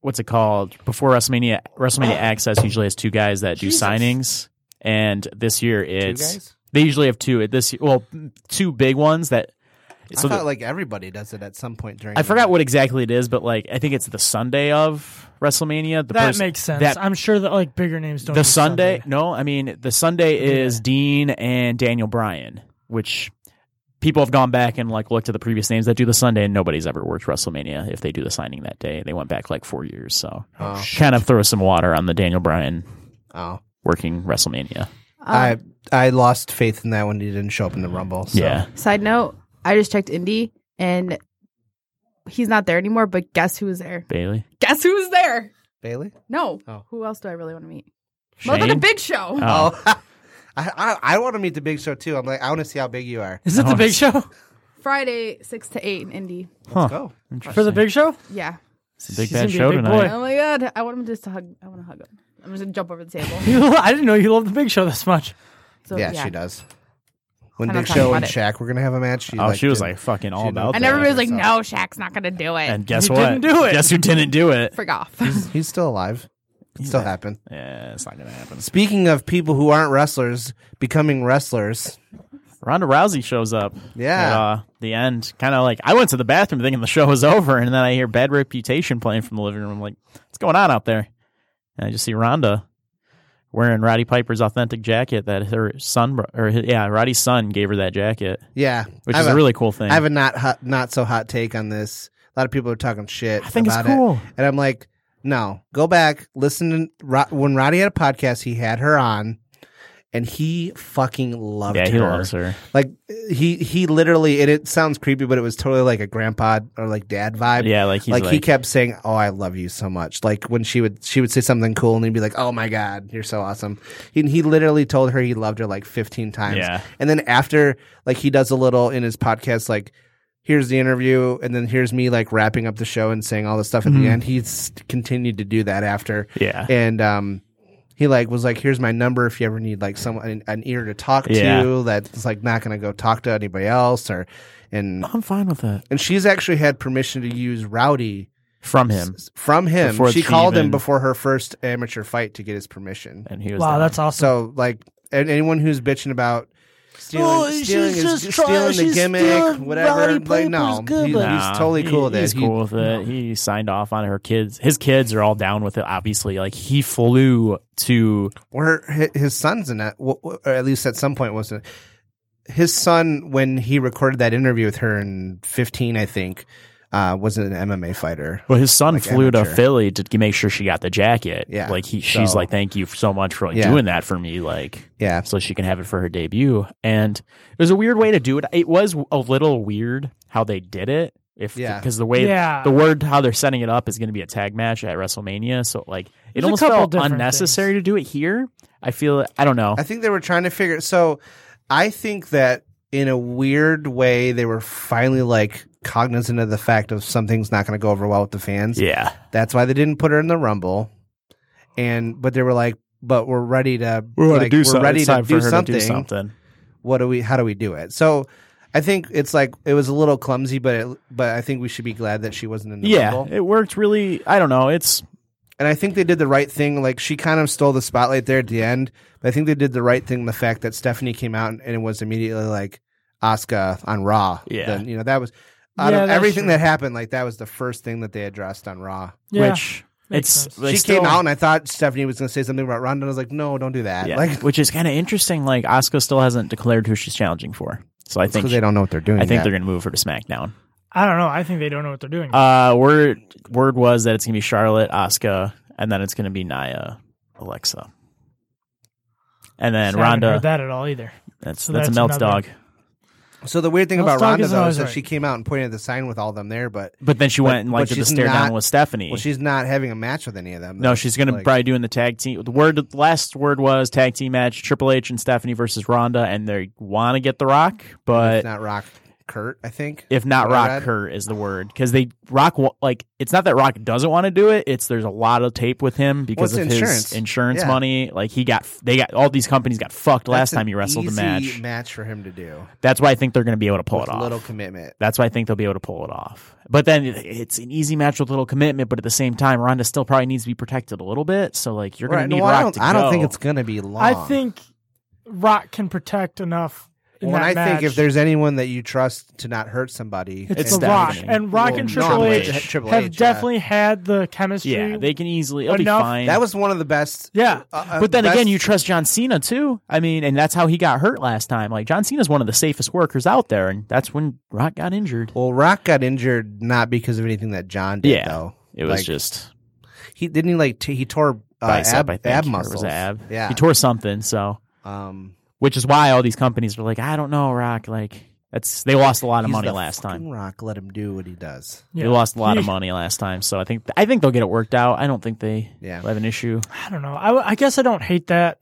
what's it called before WrestleMania? WrestleMania Access usually has two guys that do signings, and this year it's guys? they usually have two. At This well, two big ones that. I the- thought like everybody does it at some point during. I the forgot night. what exactly it is, but like I think it's the Sunday of WrestleMania. The that pers- makes sense. That I'm sure that like bigger names don't. the do Sunday, No, I mean the Sunday is Dean and Daniel Bryan, which people have gone back and like looked at the previous names that do the Sunday, and nobody's ever worked WrestleMania if they do the signing that day. They went back like four years, so Oh. kind of throw some water on the Daniel Bryan Oh, working WrestleMania. Uh, Uh, I I lost faith in that when he didn't show up in the Rumble. So. Yeah, Side note: I just checked Indy, and he's not there anymore. But guess who was there? Bailey, Guess who was there? Bailey. No. Oh. Who else do I really want to meet? More than a Shane. Big Show. Oh. I I, I want to meet the Big Show too. I'm like, I want to see how big you are. Is it Oh, the Big Show Friday, six to eight in Indy. Huh. Go. for the Big Show? Yeah. It's a big She's bad gonna be a show big tonight. Oh my god! I want him just to hug. I want to hug him. I'm just gonna jump over the table. I didn't know you loved the Big Show this much. So, Yeah, she does. When I'm not Big talking Show about and it. Shaq were gonna have a match, she, Oh, she was didn't- like fucking all she about didn't- And that. everybody was like, So- "No, Shaq's not gonna do it." And guess You what? didn't do it. Guess who didn't do it? Frick off. He's still alive. Still happen. Yeah, it's not gonna happen. Speaking of people who aren't wrestlers becoming wrestlers, Ronda Rousey shows up. Yeah. At, uh, the end, kind of like I went to the bathroom thinking the show was over, and then I hear "Bad Reputation" playing from the living room. I'm like, what's going on out there? And I just see Ronda wearing Roddy Piper's authentic jacket that her son, br- or his, yeah, Roddy's son gave her that jacket, yeah, which I is have a really cool thing. I have a not hot, not so hot take on this. A lot of people are talking shit. I think it's about it. cool. and I'm like, No, go back. Listen to Ro- when Roddy had a podcast. He had her on, and he fucking loved yeah, her. he loves her. Like he he literally. And it sounds creepy, but it was totally like a grandpa or like dad vibe. Yeah, like he's like, like, he kept saying, "Oh, I love you so much." Like when she would she would say something cool, and he'd be like, "Oh my god, you're so awesome." He, he literally told her he loved her like 15 times. Yeah. And then after, like he does a little in his podcast, like here's the interview, and then here's me like wrapping up the show and saying all this stuff at the end. He's continued to do that after, Mm-hmm. yeah, and um. He like was like, here's my number if you ever need like someone an, an ear to talk Yeah. to that's like not gonna go talk to anybody else or and I'm fine with that and she's actually had permission to use Rowdy from him. from him. Before she it's called him even- before her first amateur fight to get his permission. And he was Wow, down. that's awesome. So, like, and anyone who's bitching about stealing, Oh, stealing, she's his, just stealing trying- the she's gimmick, stealing whatever, Roddy like, no, Piper's he- gimmick. he's totally Nah, cool he- with it. He's He- cool with it. He signed off on it. her kids. His kids are all down with it. Obviously, like he flew to Where hi- his son's in that, w- w- or at least at some point wasn't. His son, when he recorded that interview with her in 15, I think, uh, was an MMA fighter. Well, his son Like flew to amateur. Philly to g- make sure she got the jacket. Yeah. like he, she's So- like, "Thank you so much for like Yeah. doing that for me." Like, Yeah. so she can have it for her debut. And it was a weird way to do it. It was a little weird how they did it. If Yeah. because the way Yeah. the word how they're setting it up is going to be a tag match at WrestleMania, so like it There's a almost couple felt different unnecessary to do it here. I feel I don't know. I think they were trying to figure. So I think that in a weird way, they were finally like cognizant of the fact of something's not going to go over well with the fans. yeah, That's why they didn't put her in the Rumble. And but they were like, but we're ready to like, we're ready to do something. something. What do we? How do we do it? So. I think it's like it was a little clumsy, but it, but I think we should be glad that she wasn't in the Yeah, Rumble. it worked really. I don't know. It's and I think they did the right thing. Like she kind of stole the spotlight there at the end, but I think they did the right thing. The fact that Stephanie came out and, and it was immediately like Asuka on Raw. Yeah. then, you know that was out Yeah, of that's everything true. that happened. Like that was the first thing that they addressed on Raw. yeah. which makes it's sense. they she still- came out and I thought Stephanie was going to say something about Ronda. And I was like, no, don't do that. Yeah. Like which is kind of interesting. Like Asuka still hasn't declared who she's challenging for, so I think because they don't know what they're doing. I think yet. they're going to move her to SmackDown. I don't know. I think they don't know what they're doing. Uh, word word was that it's going to be Charlotte, Asuka, and then it's going to be Naya, Alexa, and then So I haven't heard Ronda. that at all either. That's So that's, that's a melt another- dog. So the weird thing Let's about talk Ronda is though is always that right. she came out and pointed at the sign with all them there, but But then she But- went and like but did the she's stare not- down with Stephanie. well, she's not having a match with any of them. no, though. she's going to Like- probably doing the tag team. The word the last word was tag team match: Triple H and Stephanie versus Ronda, and they want to get the Rock, but It's not Rock Kurt. I think if not What I rock read. her is the word because they rock wa- like it's not that rock doesn't want to do it it's there's a lot of tape with him because it's of insurance. his insurance Yeah. money like he got they got all these companies got fucked last That's an time he wrestled the easy match Match for him to do. that's why i think they're going to be able to pull with it off little commitment. that's why i think they'll be able to pull it off but then it- it's an easy match with little commitment but at the same time ronda still probably needs to be protected a little bit so like you're Right, going to need no, rock I don't, to I don't go. think it's going to be long. I think Rock can protect enough. In When that I match. think if there's anyone that you trust to not hurt somebody, It's, It's the Rock, Stephanie. and Rock Well, and no, Triple I'm H, with Triple have H, uh, yeah. definitely had the chemistry. yeah they can easily it'll Enough- be fine that was one of the best. Yeah. uh, uh, But then best- again, you trust John Cena too. I mean, and that's how he got hurt last time. Like John Cena's one of the safest workers out there, and that's when Rock got injured. Well, Rock got injured not because of anything that John did. Yeah, though. It was Like, just he didn't he like t- he tore uh, bicep, ab, I think, ab or muscles. Was it ab? Yeah. he tore something. So, um, which is why all these companies were like, I don't know, Rock. Like that's they lost a lot of he's money the last fucking time. Rock let him do what he does. They lost a lot of money last time. So I think I think they'll get it worked out. I don't think they Yeah. will have an issue. I don't know. I, w- I guess I don't hate that,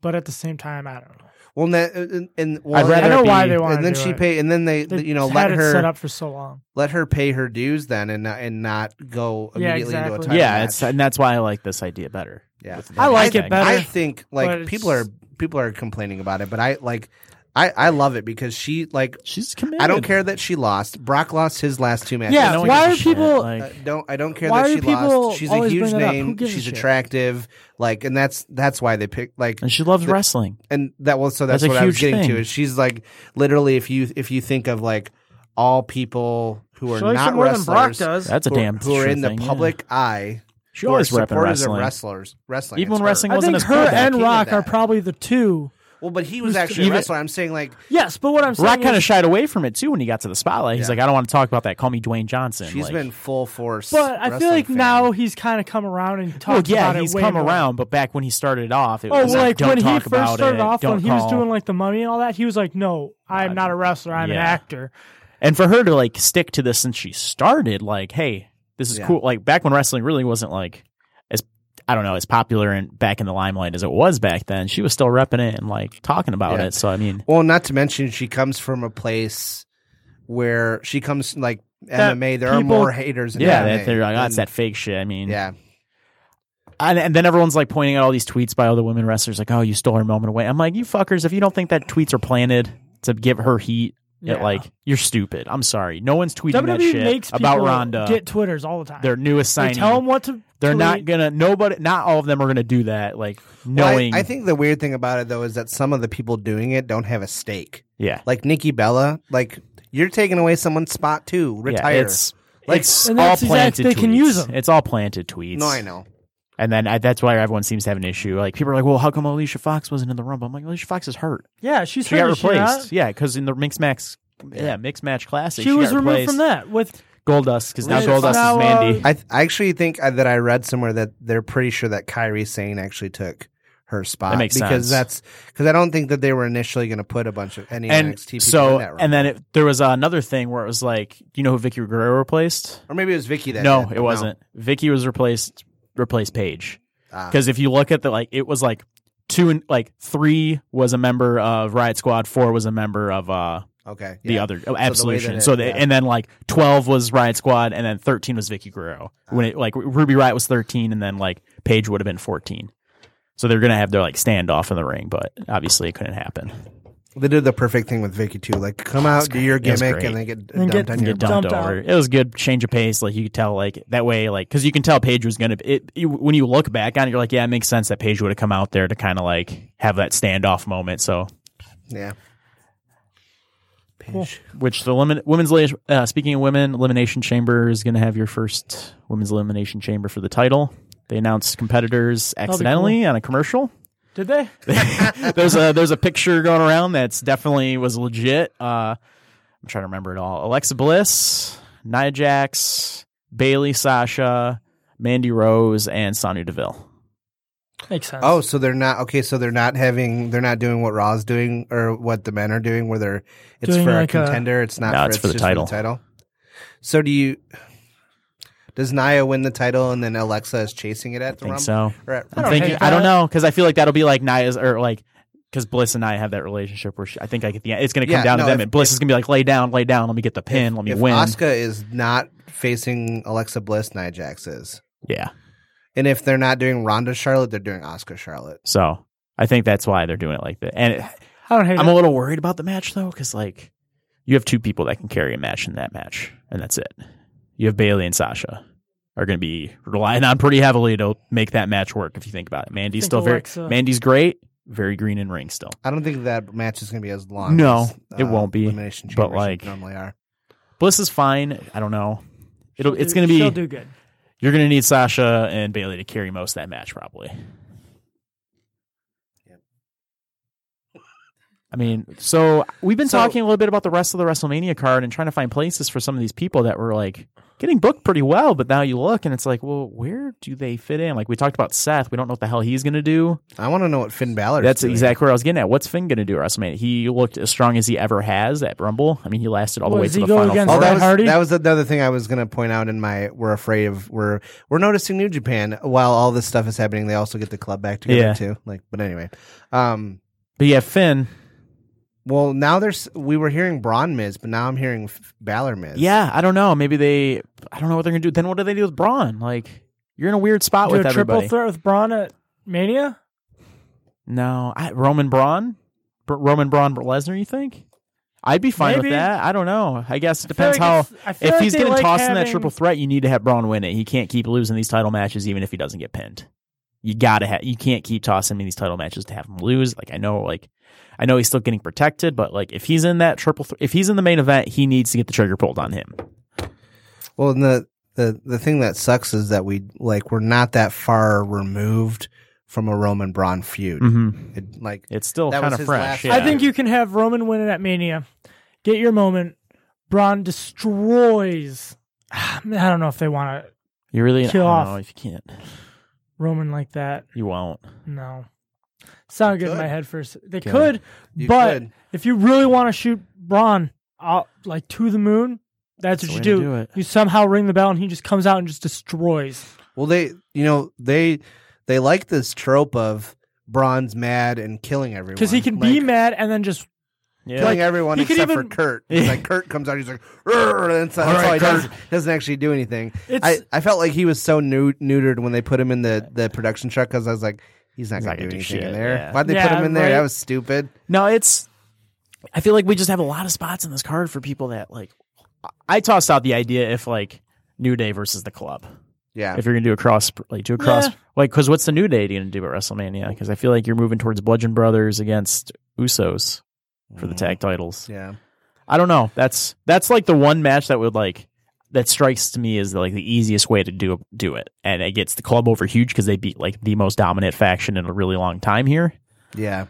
but at the same time, I don't know. Well, and, that, and, and well, I'd rather I know be- why they want and then to do she it. paid, and then they, They you know had let it set her up for so long. let her pay her dues then, and not, and not go Yeah, immediately into a exactly. title yeah, match. it's uh, and that's why I like this idea better. Yeah. I like Tag. it better. I think but like it's- people are people are complaining about it, but I like I I love it because she like She's committed. I don't care that she lost. Brock lost his last two matches. Yeah, No one why gives are a shit. people- like, Uh, don't I don't care Why that do she people lost. She's a always huge bring it up? Who name. gives a She's shit? attractive. Like and that's that's why they picked like and she loves wrestling. and that was so that's, That's a what I was huge getting to thing. is she's like literally if you if you think of like all people who are She likes not it more than wrestlers Brock does. That's a who, damn who are sure in the thing, yeah. public eye She who are always repping supporters of wrestling. wrestlers wrestling it's Even when her. wrestling I wasn't think as her good back and then. Rock are That. probably the two Well, but he was Who's- actually a Even- wrestler. I'm saying like Yes, but what I'm saying Rock kind of is- shied away from it too when he got to the spotlight. He's Yeah. like, I don't want to talk about that. Call me Dwayne Johnson. she's like, been full force. But I feel wrestling like fan. now he's kind of come around and talked Well, yeah, about he's it way come more. around, but back when he started off, it Oh, was well, like, like don't when he talk first about started it. off, don't when he was call. doing like the mummy and all that, he was like, "No, I'm not a wrestler. I'm an yeah. actor." and for her to like stick to this since she started, like, hey, this is Yeah. cool. Like back when wrestling really wasn't like as I don't know as popular and back in the limelight as it was back then, she was still repping it and like talking about Yeah. it. So I mean, Well, not to mention she comes from a place where she comes like That MMA. There are people- more haters. In yeah, MMA that, they're like, oh, it's than- that fake shit. I mean, Yeah, and, and then everyone's like pointing out all these tweets by other women wrestlers, like, oh, you stole her moment away. I'm like, you fuckers, if you don't think that tweets are planted to give her heat. It, Yeah. like you're stupid. I'm sorry. No one's tweeting that WWE shit E makes about people Ronda. get Twitters all the time. their newest they signing. tell them what to. They're not tweet. gonna. Nobody. Not all of them are gonna do that. Like Well, I- knowing. I, think the weird thing about it though is that some of the people doing it don't have a stake. Yeah. Like Nikki Bella, like you're taking away someone's spot too. Retire. Yeah, it's Like- it's And all that's exact- planted. they tweets. can use 'em. It's all planted tweets. no, I know. And then I, that's why everyone seems to have an issue. Like people are like, "Well, how come Alicia Fox wasn't in the rumble?" I'm like, Alicia Fox is hurt. Yeah, she's She got hurt, is she not? replaced. yeah, because in the mixed max, yeah, mixed match classic, She, she, was got removed from replaced. that with Goldust because now It's Goldust now, is Mandy. uh, I, th- I actually think uh, that I read somewhere that they're pretty sure that Kyrie Sane actually took her spot. That makes because sense. that's because I don't think that they were initially going to put a bunch of any and NXT people so, in that room. and then it, there was another thing where it was like, do you know who Vicky Guerrero replaced? or maybe it was Vicky that no, did. it wasn't. Vicky was replaced replaced Paige. Ah. Because if you look at the like, it was like two and like three was a member of Riot Squad, four was a member of uh Okay, the yeah. other oh, Absolution. it- So, they, yeah. and then like twelve was Riot Squad, and then thirteen was Vicky Guerrero. Ah. When it like Ruby Riot was thirteen, and then like Paige would have been fourteen. So they're gonna have their like standoff in the ring, but obviously it couldn't happen. They did the perfect thing with Vicky too. Like come out, do your That's gimmick, great. and then get And dumped get- on and your get butt. dumped, Dumped over. out. It was a good change of pace. Like you could tell, like that way, like because you can tell Paige was gonna. It, you when you look back on it, you're like, yeah, it makes sense that Paige would have come out there to kind of like have that standoff moment. So, yeah. Paige. which the limit, women's elim- uh, speaking of women, elimination chamber is gonna have your first women's elimination chamber for the title. They announced competitors be accidentally on a commercial. did they? there's a there's a picture going around that's definitely was legit. Uh, I'm trying to remember it all. Alexa Bliss, Nia Jax, Bailey, Sasha, Mandy Rose, and Sonya Deville. Makes sense. Oh, so they're not okay. So they're not having. They're not doing what Raw's doing or what the men are doing, where they're it's Doing for like a a- contender. it's not. No, for, it's for the just title. title. So do you? Does Nia win the title and then Alexa is chasing it at the I think Rumble? so. Or at- I'm thinking. hate I don't that. know because I feel like that'll be like Nia's or like because Bliss and I have that relationship where she, I think like at the end it's going to come Yeah, down no, to them if- and Bliss is going to be like lay down, lay down, let me get the pin, let me if win. Asuka is not facing Alexa Bliss, Nia Jax is. yeah. And if they're not doing Ronda Charlotte, they're doing Asuka Charlotte. So I think that's why they're doing it like that. And it, I don't hate I'm it. a little worried about the match though, because like you have two people that can carry a match in that match, and that's it. You have Bailey and Sasha are going to be relying on pretty heavily to make that match work. If you think about it, Think Mandy's uh, still Alexa- very Mandy's great, very green in ring still. I don't think that match is going to be as long. No, as, uh, it won't be, Elimination but, chambers like- normally are. Bliss is fine. I don't know. It'll, it's Dude, going to be She'll do good. you're going to need Sasha and Bailey to carry most of that match probably. I mean, so we've been So- talking a little bit about the rest of the WrestleMania card and trying to find places for some of these people that were like getting booked pretty well, but now you look and it's like, well, where do they fit in? Like we talked about Seth, we don't know what the hell he's going to do. I want to know what Finn Balor. That's doing. exactly where I was getting at. What's Finn going to do at WrestleMania? He looked as strong as he ever has at Rumble. I mean, he lasted all the Well, way does to he the go final. against four. Oh, that Matt was Hardy? that was another thing I was going to point out in my. We're afraid of we're we're noticing New Japan while all this stuff is happening. They also get the club back together Yeah. too. Like, but anyway, um, But yeah, Finn. well now there's we were hearing Braun Miz, but now I'm hearing F- Balor Miz. Yeah, I don't know. Maybe they. I don't know what they're gonna do. Then what do they do with Braun? Like you're in a weird spot Do a with everybody. triple threat with Braun at Mania. no, I, Roman Braun, Br- Roman Braun Br- Lesnar. You think? I'd be fine Maybe. with that. I don't know. I guess it depends like how. it's- I feel If like he's they getting like tossed in that having- triple threat, you need to have Braun win it. He can't keep losing these title matches, even if he doesn't get pinned. You gotta have. You can't keep tossing me these title matches to have him lose. Like I know, like I know he's still getting protected, but like if he's in that triple, th- if he's in the main event, he needs to get the trigger pulled on him. Well, and the the the thing that sucks is that we like we're not that far removed from a Roman Braun feud. Mhm. It, like It's still That was kind of his fresh. last- Yeah. Mm-hmm. I think you can have Roman win it at Mania. Get your moment. Braun destroys. Ah, I don't know if they want to you really Kill I off. don't know if you can't. Roman like that. You won't. No. Sounded good in could. my head first. They Okay. could, You but could. if you really want to shoot Braun out like to the moon, that's, That's what you the way do. to do it. You somehow ring the bell and he just comes out and just destroys. Well, they you know they they like this trope of Braun's mad and killing everyone Because he can be Like, mad and then just Yeah. Killing everyone he could except even- for Kurt. It's like Kurt comes out, he's like, "Rrr," and that's, that's all, right, he Kurt. does. Doesn't actually do anything. It's- I, I felt like he was so new, neutered when they put him in the, the production truck because I was like, he's not going to not do gonna do anything shit, in there. yeah. Why'd they put Yeah, him in there? right. That was stupid. No, it's. I feel like we just have a lot of spots in this card for people that like. I tossed out the idea if like New Day versus the Club. Yeah. If you're gonna do a cross, like do a cross, Yeah. like because what's the New Day gonna do at WrestleMania? Because I feel like you're moving towards Bludgeon Brothers against Usos for the tag titles. yeah. I don't know. That's that's like the one match that would like that strikes to me is like the easiest way to do do it, and it gets the club over huge because they beat like the most dominant faction in a really long time here. Yeah.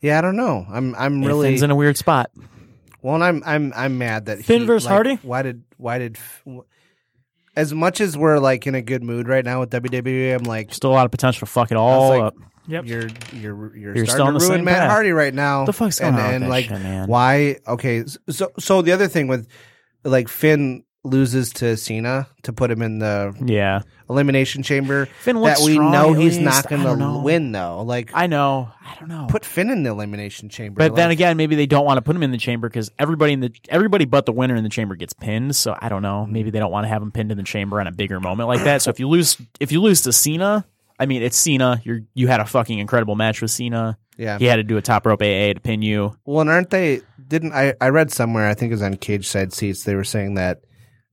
Yeah, I don't know. I'm I'm really Ethan's in a weird spot. Well, and I'm I'm I'm mad that Finn he, versus like, Hardy? Why did why did f- as much as we're like in a good mood right now with WWE, I'm like Still a lot of potential to fuck it was all like, up. Yep. you're you're you're, starting You're still on to the ruin same Matt path. Hardy right now. The fuck's going and, on with And that like shit, man? why? Okay, so so the other thing with like Finn loses to Cena to put him in the Yeah, elimination chamber Finn that looks we strong know at he's least. not I don't going know. to win though. Like I know. I don't know. put Finn in the elimination chamber. but then like, again, maybe they don't want to put him in the chamber because everybody in the everybody but the winner in the chamber gets pinned. So I don't know. Maybe they don't want to have him pinned in the chamber on a bigger moment like that. So if you lose, if you lose to Cena, I mean, it's Cena. You're you had a fucking incredible match with Cena. yeah. He had to do a top rope AA to pin you. Well, and aren't they? Didn't I? I read somewhere. I think it was on Cage Side Seats. They were saying that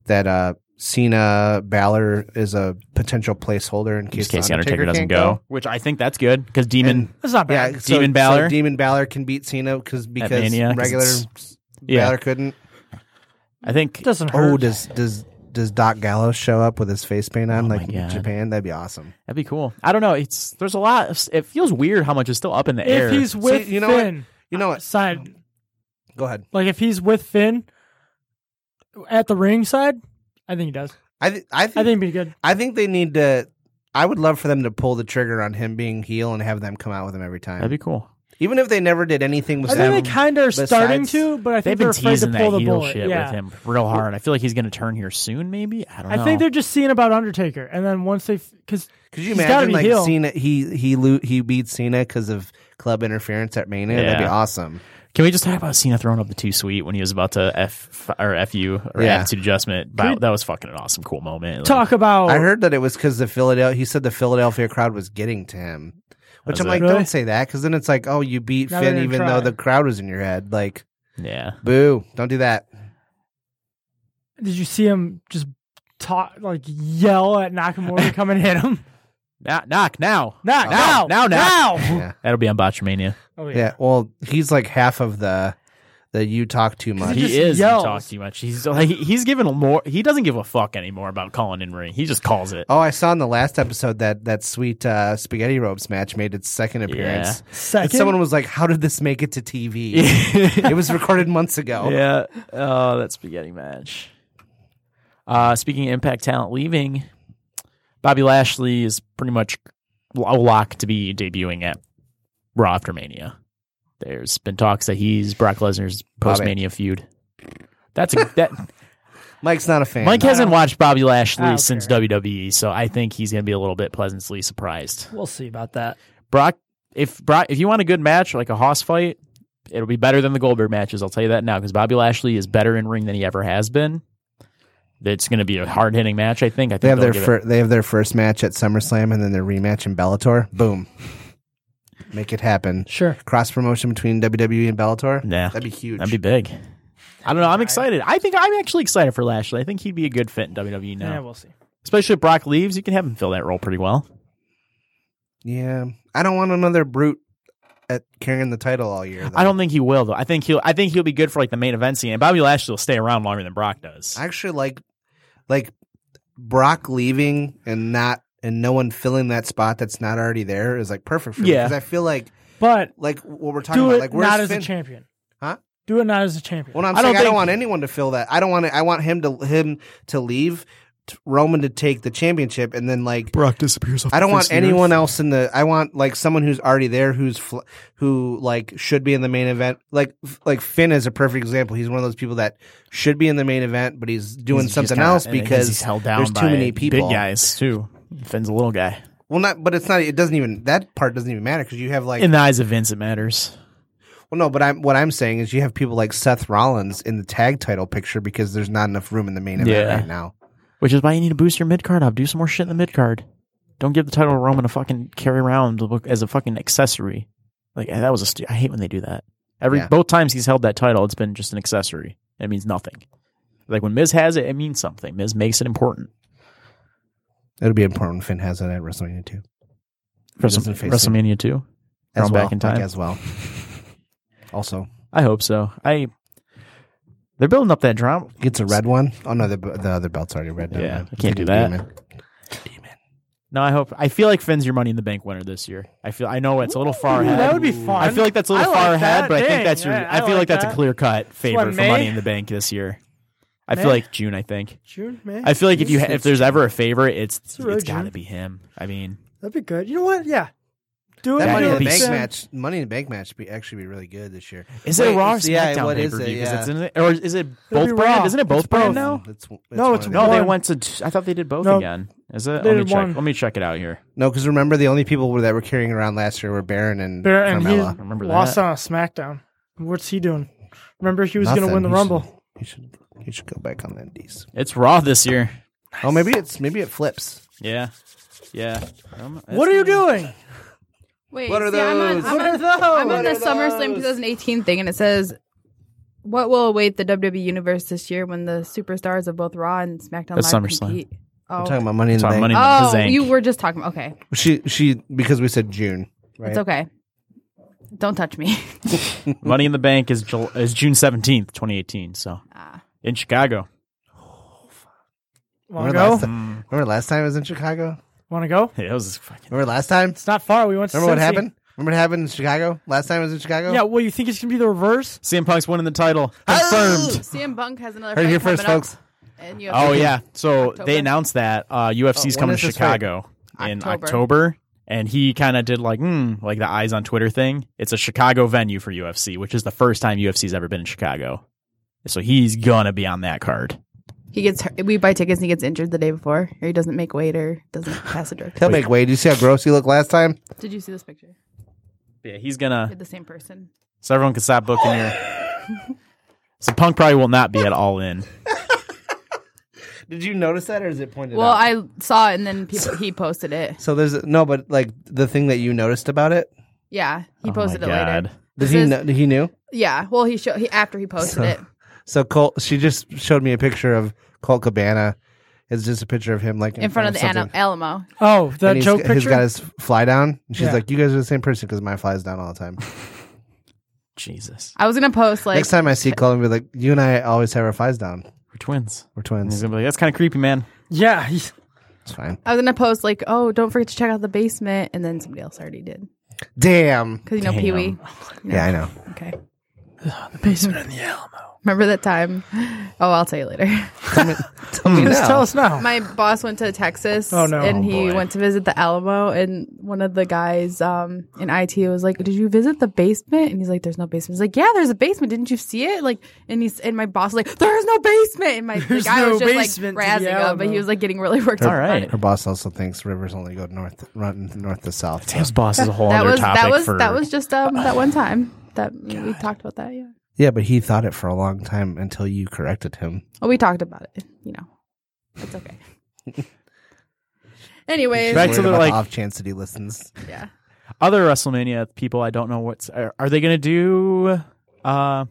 that uh, Cena Balor is a potential placeholder in In case, case the the Undertaker, doesn't can't go, which I think that's good because Demon. That's not bad. Yeah, so, Demon Balor? So Demon Balor can beat Cena cause, because Mania, 'cause regular it's- yeah, Balor couldn't. I think It doesn't hurt. Oh, does does does Doc Gallows show up with his face paint on Oh my like God. Japan? That'd be awesome. that'd be cool. I don't know. It's there's a lot. Of, it feels weird how much is still up in the air. if he's with you know what? Finn, You know what? side Go ahead. like if he's with Finn at the ring side, I think he does. I th- I think I think it'd be good. I think they need to. I would love for them to pull the trigger on him being heel and have them come out with him every time, that'd be cool. even if they never did anything with I them. think they kind of are besides- starting to, but I They've think they're been afraid to teasing pull that the heel bullet. shit yeah. with him real hard. I feel like he's going to turn here soon. Maybe I don't I know. think they're just seeing about Undertaker, and then once they because Could you He's gotta imagine be like heel. Cena? He he lo- he beat Cena because of club interference at Mania. That'd be Yeah. awesome. Can we just talk about Cena throwing up the two sweet when he was about to f or fu or Yeah. attitude adjustment? Wow, that was fucking an awesome, cool moment. Like, talk about I heard that it was because the Philadelphia. He said the Philadelphia crowd was getting to him, which Was I'm it? like, Really? don't say that because then it's like, oh, you beat Now they're Finn gonna even try. though the crowd was in your head. Like, Yeah, boo! Don't do that. Did you see him just talk like yell at Nakamura to come and hit him? knock, knock now, Knock, now, now, now. Yeah. That'll be on Botchamania. Oh Yeah. Well, he's like half of the the you talk too much. He He just is yells. talk too much. He's like he's giving more. He doesn't give a fuck anymore about calling in ring. He just calls it. Oh, I saw in the last episode that that sweet uh, spaghetti ropes match made its second appearance. And Second, someone was like, "How did this make it to TV?" yeah, it was recorded months ago. Oh, that spaghetti match. Uh, speaking of Impact talent leaving, Bobby Lashley is pretty much a lock to be debuting at Raw after Mania. There's been talks that he's Brock Lesnar's post Mania feud. That's a, that Mike's not a fan. Mike hasn't watched Bobby Lashley um, don't since care. WWE, so I think he's going to be a little bit pleasantly surprised. we'll see about that. Brock, if Brock, if you want a good match like a hoss fight, it'll be better than the Goldberg matches. I'll tell you that now because Bobby Lashley is better in ring than he ever has been. It's going to be a hard hitting match. I think. I think They have they'll their give it- fir- they have their first match at SummerSlam and then their rematch in Bellator. Boom. Make it happen. Sure, Cross promotion between WWE and Bellator. Yeah. That'd be huge. That'd be big. I don't know. I'm excited. I think I'm actually excited for Lashley. I think he'd be a good fit in WWE now, yeah, we'll see. especially if Brock leaves. You can have him fill that role pretty well. yeah. I don't want another brute at carrying the title all year. though. I don't think he will though. I think he'll. I think he'll be good for like the main event scene. And Bobby Lashley will stay around longer than Brock does. I actually like like Brock leaving and not and no one filling that spot that's not already there is like perfect for me. Yeah. Because I feel like But like what we're talking do about, it like where's not as a Finn- champion. Huh? Do it not as a champion. Well, no, I'm I saying don't I don't think- want anyone to fill that. I don't want. To, I want him to him to leave, t- Roman to take the championship, and then like Brock disappears off. I don't the want face of the anyone earth. else in the. I want like someone who's already there, who's fl- who like should be in the main event. Like f- like Finn is a perfect example. He's one of those people that should be in the main event, but he's doing He's just something kinda- else and because he's held down there's too by many people. Big guys too. Finn's a little guy. Well, not but it's not. It doesn't even that part doesn't even matter because you have like In the eyes of Vince, it matters. well no, but I'm what I'm saying is you have people like Seth Rollins in the tag title picture because there's not enough room in the main event Yeah. right now. Which is why you need to boost your mid card up. Do some more shit in the mid card. Don't give the title to Roman to fucking carry around to look as a fucking accessory. Like eh, that was a stu- I hate when they do that. Every Yeah. both times he's held that title, it's been just an accessory. It means nothing. Like when Miz has it, it means something. Miz makes it important. It'll be important when Finn has it at WrestleMania too. Wrestle- doesn't face WrestleMania too. As Thrown well, back in like, time. as well. Also I hope so. I they're building up that drama. gets a red one. Oh no, the the other belt's already red. never Yeah, mind. I can't do that. No, I hope. I feel like Finn's your Money in the Bank winner this year. I feel. I know it's a little far Ooh, ahead. that would be fun. I feel like that's a I little like far ahead, that. but I Dang, think that's your. yeah, I, I feel like like that's that. a clear cut what, favor for May? Money in the Bank this year. I May? feel like June. I think. June, man. I feel like if you ha- if there's ever a favorite, it's really it's got June. to be him. I mean, That'd be good. You know what? Yeah. Do it. That Yeah, money in it'll the be bank soon. match, money in the bank match, be actually be really good this year. is Wait, it a Raw or it's- yeah, SmackDown what pay is per it? view? Yeah. Because it or is it both be Raw. brand? Isn't it both It's both. brand now? It's, No, one it's of the- No, they One. went to. t- I thought they did both No. again. Is it? They Let me did check. one. Let me check it out here. no, because remember the only people were- that were carrying around last year were Baron and Baron, and he Carmella. Remember lost that. on a SmackDown. What's he doing? Remember, he was going to Nothing. win the He Rumble. should- He should he should go back on the Indies. It's Raw this year. Oh, maybe it's maybe it flips. Yeah, yeah. Um, What are you doing? Wait, What are see, I'm on, those? I'm What on, I'm on What the are SummerSlam those? 2018 thing, and it says, "What will await the WWE universe this year when the superstars of both Raw and SmackDown That's Live SummerSlam. compete?" We're Oh, talking about money in the Talking bank. Money in the oh, Bank. you were just talking. Okay, She she because we said June. Right? it's okay. Don't touch me. Money in the Bank is Jul- is June seventeenth, twenty eighteen. So Ah. in Chicago, Want Remember to last, go? time, remember last time I was in Chicago? Want to go? yeah, it was fucking. Remember last time? It's not far. We went to Remember what Cincy. happened? Remember what happened in Chicago? Last time I was in Chicago? Yeah, well, you think it's going to be the reverse? CM Punk's winning the title confirmed. CM Punk has another. Heard it fight here first, coming up, folks. and you have Oh to- yeah, so October? they announced that uh, UFC's Oh, when coming to is this Chicago in October. October. and he kind of did like mm, like the eyes on Twitter thing. It's a Chicago venue for UFC, which is the first time UFC's ever been in Chicago. So he's gonna be on that card. He gets. hurt- We buy tickets, and he gets injured the day before, or he doesn't make weight, or doesn't pass a drug test. He'll make way. Did you see how gross he looked last time? Did you see this picture? Yeah, he's gonna. We had the same person. So everyone can stop booking your. So Punk probably will not be at all in. Did you notice that or is it pointed Well, I saw it, and then people, he posted it. So there's no, but like the thing that you noticed about it, Yeah, he Oh posted my it later. God. did This he is- know, he knew? Yeah. Well, he showed he after he posted So- it. So Colt, she just showed me a picture of Colt Cabana. It's just a picture of him like in, in front of the Ana- something. Alamo. Oh, the And he's- joke picture? He's got his fly down. And she's Yeah. like, "You guys are the same person because my fly's down all the time." Jesus, I was gonna post like Next time I see Colt, I'll be like, "You and I always have our flies down. we're twins. We're And he's twins. gonna be like, that's kind of creepy, man. yeah. he's- It's fine." I was gonna post like, oh, don't forget to check out the basement, and then somebody else already did Damn. because you know Damn. Pee Wee. Yeah, I know. Okay. Remember that time? Oh, I'll tell you later. Tell me Just now. tell us now. My boss went to Texas. Oh, no. And Oh, he boy. went to visit the Alamo, and one of the guys um, in IT was like, "Did you visit the basement?" And he's like, "There's no basement." He's like, "Yeah, there's a basement. Didn't you see it?" Like, and he's and my boss was like, "There is no basement." And my the There's guy was no just like basement to the razzing up, but Alamo. he was like getting really worked up. All about right. it. Her boss also thinks rivers only go north, run north to south. His boss is a whole that other was topic that was for. that was just um that one time that we talked about that. Yeah. Yeah, but he thought it for a long time until you corrected him. Well, we talked about it. You know, it's okay. Anyways, Back Worried to the about like off chance that he listens. yeah. other WrestleMania people. I don't know what's are, are they gonna do. uh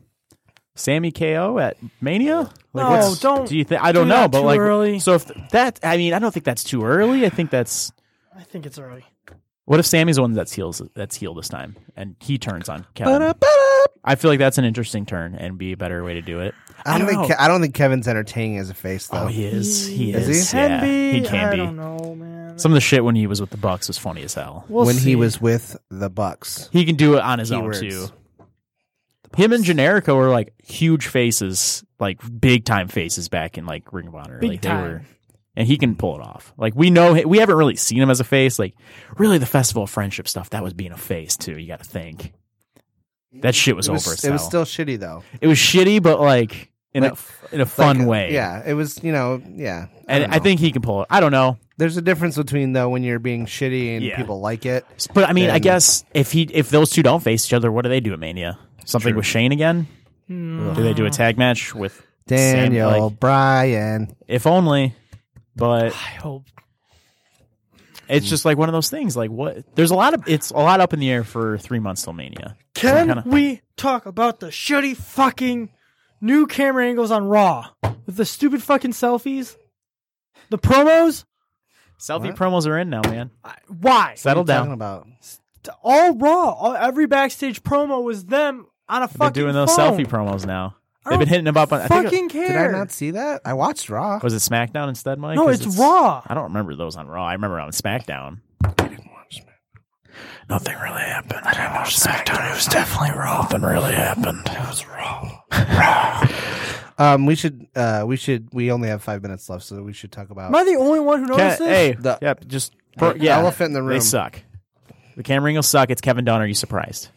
Sammy KO at Mania? No, what's- don't Do you think? I don't do know, that but too like, early. so if that, I mean, I don't think that's too early. I think that's I think it's early. What if Sammy's the one that's heels that's heel this time and he turns on Kevin? I feel like that's an interesting turn and be a better way to do it. I don't, I don't think know. Ke- Oh, I don't think Kevin's entertaining as a face though. Oh, he is. He Is is. he? Yeah, Can be. He can I be. don't know, man. on Some of the shit when he was with the Bucks was funny as hell. We'll when see. he was with the Bucks. He can do it on his Keywords. own too. Him and Generico were like huge faces, like big time faces back in like Ring of Honor. Big like time. they were and he can pull it off. Like we know we haven't really seen him as a face. Like really the festival of friendship stuff, that was being a face too, you gotta think. That shit was, it was, over. as it was hell. still shitty though. it was shitty, but like in Like- a in a fun Like, uh, way. Yeah, it was. You know, yeah. And don't I know. think he can pull it. I don't know. there's a difference between though when you're being shitty and Yeah. people like it. But I mean, I And- guess if he if those two don't face each other, what do they do at Mania? Something with Shane again? Hmm. Do they do a tag match with Sam, Daniel like, Bryan. if only. But I hope it's just like one of those things. Like what? There's a lot of it's a lot up in the air for three months till Mania. Can kinda- we talk about the shitty fucking new camera angles on Raw with the stupid fucking selfies? The promos? Selfie What? promos are in now, man. Why? Settle Talking down. about All Raw, all, every backstage promo was them on a They're fucking doing those phone. selfie promos now. I They've don't been hitting them up on. I think it- fucking did care. I not see that? I watched Raw. was it SmackDown instead, Mike? No, 'Cause it's Raw. I don't remember those on Raw. I remember on SmackDown. I didn't watch SmackDown. Nothing really happened. I didn't watch SmackDown. It was definitely Raw. Nothing really happened. It was Raw. Um, we should. Uh, we should. We only have five minutes left, so we should talk about. Am I the only one who noticed this? hey, The- yep, just per- yeah, elephant in the They room. suck. The camera angles suck. It's Kevin Dunn. Are you surprised?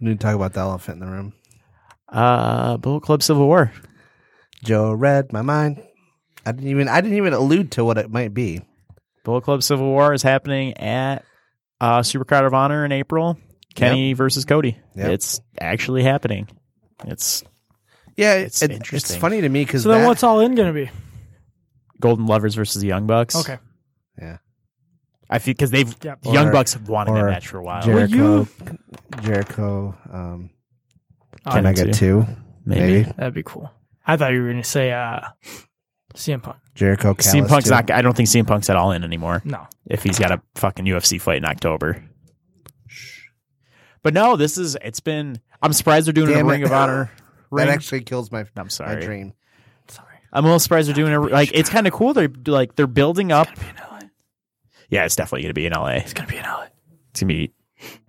we need to talk about the elephant in the room. Uh, Bullet Club Civil War. Joe read my mind. I didn't even. I didn't even allude to what it might be. Bullet Club Civil War is happening at uh, Supercard of Honor in April. Kenny versus Cody. Yep. It's actually happening. It's Yeah, It's it's it, it's interesting. funny to me because so then what's all in going to be? Golden Lovers versus the Young Bucks. Okay. I feel because they've Yep. the Young Or- Bucks have wanted that or match for a while. Were Jericho? you- Jericho. Um, Oh, can I too. get two? Maybe. That'd be cool. I thought you were going to say uh, CM Punk. Jericho. CM Callis, Punk's too. not. I don't think CM Punk's at all in anymore. No. if he's got a fucking UFC fight in October. But no, this is it's been. I'm surprised they're doing Damn a it. Ring of Honor. That Ring. actually kills my. I'm My sorry. dream. Sorry. I'm a little surprised they're doing a like. It's kind of cool. They're like they're building up. Yeah, it's definitely gonna be in LA. It's gonna be in LA. It's gonna be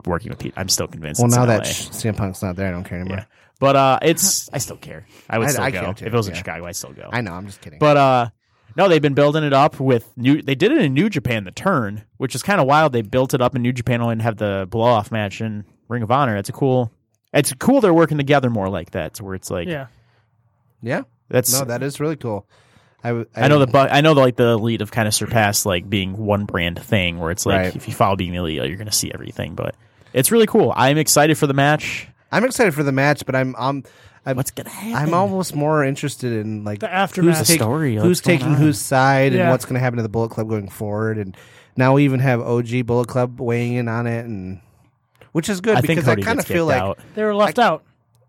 working with Pete. I'm still convinced. Well, it's now in that LA. CM Punk's not there, I don't care anymore. yeah. But uh, it's I still care. I would I- still I go care if too, it was in yeah. Chicago. I still go. I know. I'm just kidding. But uh no, they've been building it up with new they did it in New Japan the turn, which is kind of wild. They built it up in New Japan and have the blow off match in Ring of Honor. It's a cool it's cool they're working together more like that to where it's like Yeah. yeah, that's no, that is really cool. I, w- I know the bu- I know the, like the elite have kind of surpassed like being one brand thing where it's like Right. if you follow being elite you're gonna see everything, but it's really cool. I'm excited for the match. I'm excited for the match, but I'm um, I'm, What's gonna happen? I'm almost more interested in like The aftermath. the story? who's What's going taking on? whose side Yeah. and what's going to happen to the Bullet Club going forward. And now we even have OG Bullet Club weighing in on it, and which is good I think because I Cody kind of gets feel kicked like out. They were left out.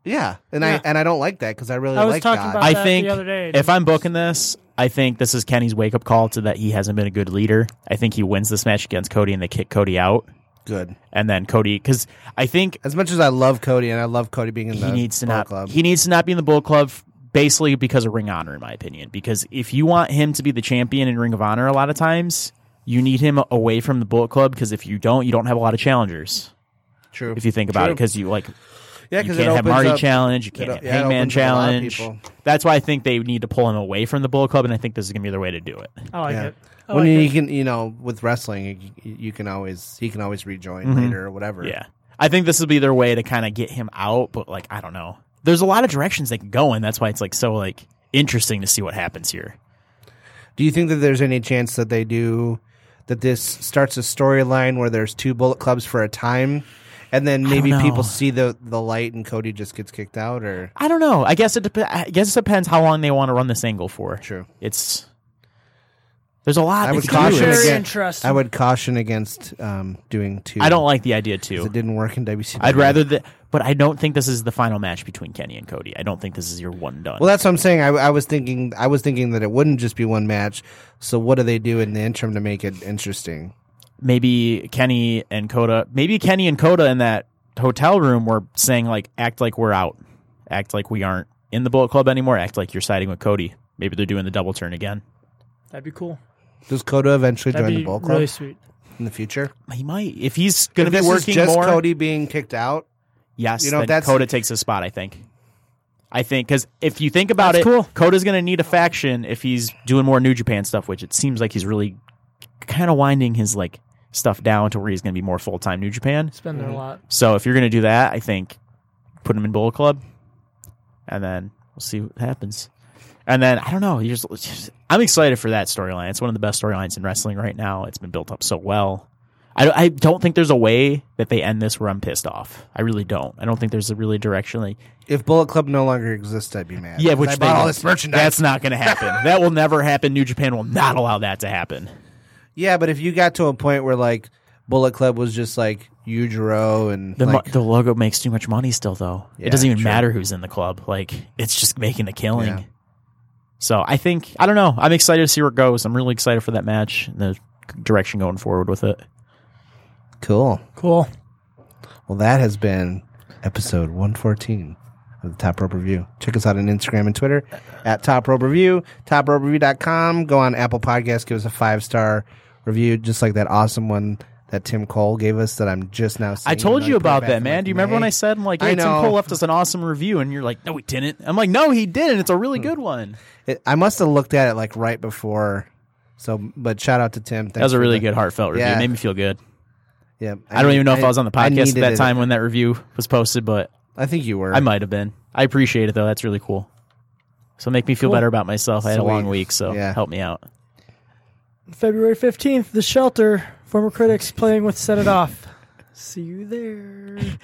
yeah, and Yeah. I and I don't like that because I really I was like talking God. about- I that think the other day. if I'm booking this, I think this is Kenny's wake up call to that he hasn't been a good leader. I think he wins this match against Cody and they kick Cody out. good. And then Cody, because I think As much as I love Cody and I love Cody being in the he needs to Bullet not Club, he needs to not be in the Bull Club basically because of Ring of Honor, in my opinion. Because if you want him to be the champion in Ring of Honor, a lot of times you need him away from the Bullet Club because if you don't, you don't have a lot of challengers. true. If you think about it, True. because you like yeah, you because can't it have opens Marty up- challenge. You can't it- have yeah, it Hangman opens up a lot of challenge. people. That's why I think they need to pull him away from the Bullet Club, and I think this is gonna be their way to do it. I like Yeah. it. Oh, I Well, like you it. can, you know, with wrestling, you, you can always he can always rejoin Mm-hmm. later or whatever. Yeah, I think this will be their way to kind of get him out. But like, I don't know. There's a lot of directions they can go in. That's why it's like so like interesting to see what happens here. Do you think that there's any chance that they do that this starts a storyline where there's two bullet clubs for a time, and then maybe know. people see the the light and Cody just gets kicked out? Or I don't know. I guess it dep- I guess it depends how long they want to run this angle for. True. It's there's a lot. I they would could do. caution Very It's- again- interesting. I would caution against um, doing two. I don't like the idea 'cause too. it didn't work in WCW. I'd rather that, but I don't think this is the final match between Kenny and Cody. I don't think this is your one done. Well, that's what I'm saying. I, I was thinking. I was thinking that it wouldn't just be one match. So, what do they do in the interim to make it interesting? maybe Kenny and Coda, maybe Kenny and Coda in that hotel room were saying like, act like we're out, act like we aren't in the Bullet Club anymore, act like you're siding with Cody. Maybe they're doing the double turn again. That'd be cool. Does Coda eventually That'd join be the Bull Club really sweet. in the future? He might if he's going to If be this working is just more. Cody being kicked out. yes, you know, then that's- Coda takes his spot. I think. I think because if you think about That's it, cool. Coda's going to need a faction if he's doing more New Japan stuff, which it seems like he's really kind of winding his like stuff down to where he's going to be more full time New Japan. It's been there a lot. So if you're going to do that, I think put him in Bullet Club, and then we'll see what happens. And then I don't know. you just- just- I'm excited for that storyline. It's one of the best storylines in wrestling right now. It's been built up so well. I, I don't think there's a way that they end this where I'm pissed off. I really don't. I don't think there's a really direction. Like, If Bullet Club no longer exists, I'd be mad. yeah, 'Cause which I they bought all won't. this merchandise. That's not going to happen. that will never happen. New Japan will not allow that to happen. Yeah, but if you got to a point where like Bullet Club was just like Yujiro and The, mo- like, the logo makes too much money still, though. Yeah, it doesn't even true. matter who's in the club. Like, it's just making a killing. Yeah. So I think, I don't know. I'm excited to see where it goes. I'm really excited for that match and the direction going forward with it. cool. Cool. Well, that has been episode 114 of the Top Rope Review. Check us out on Instagram and Twitter at Top Rope Review, topropereview.com. Go on Apple Podcasts, give us a five star review, just like that awesome one that Tim Cole gave us that I'm just now seeing. I told Now you put it about back that, in man. like Do you remember May. when I said, I'm like, I hey, Tim know. Cole left us an awesome review? And you're like, no, he didn't. I'm like, no, he didn't. It's a Hmm. really good one. It- I must have looked at it like right before. So, but shout out to Tim. That was a really good heartfelt review. Yeah. It made me feel good. Yeah, I, don't even know if I, was on the I podcast at needed that it. time when that review was posted, but I think you were. I might have been. I appreciate it though. That's really cool. So make me feel better about myself. I had a Sweet. long week, so Yeah. help me out. February 15th, The Shelter, former critics playing with Set It Off. See you there.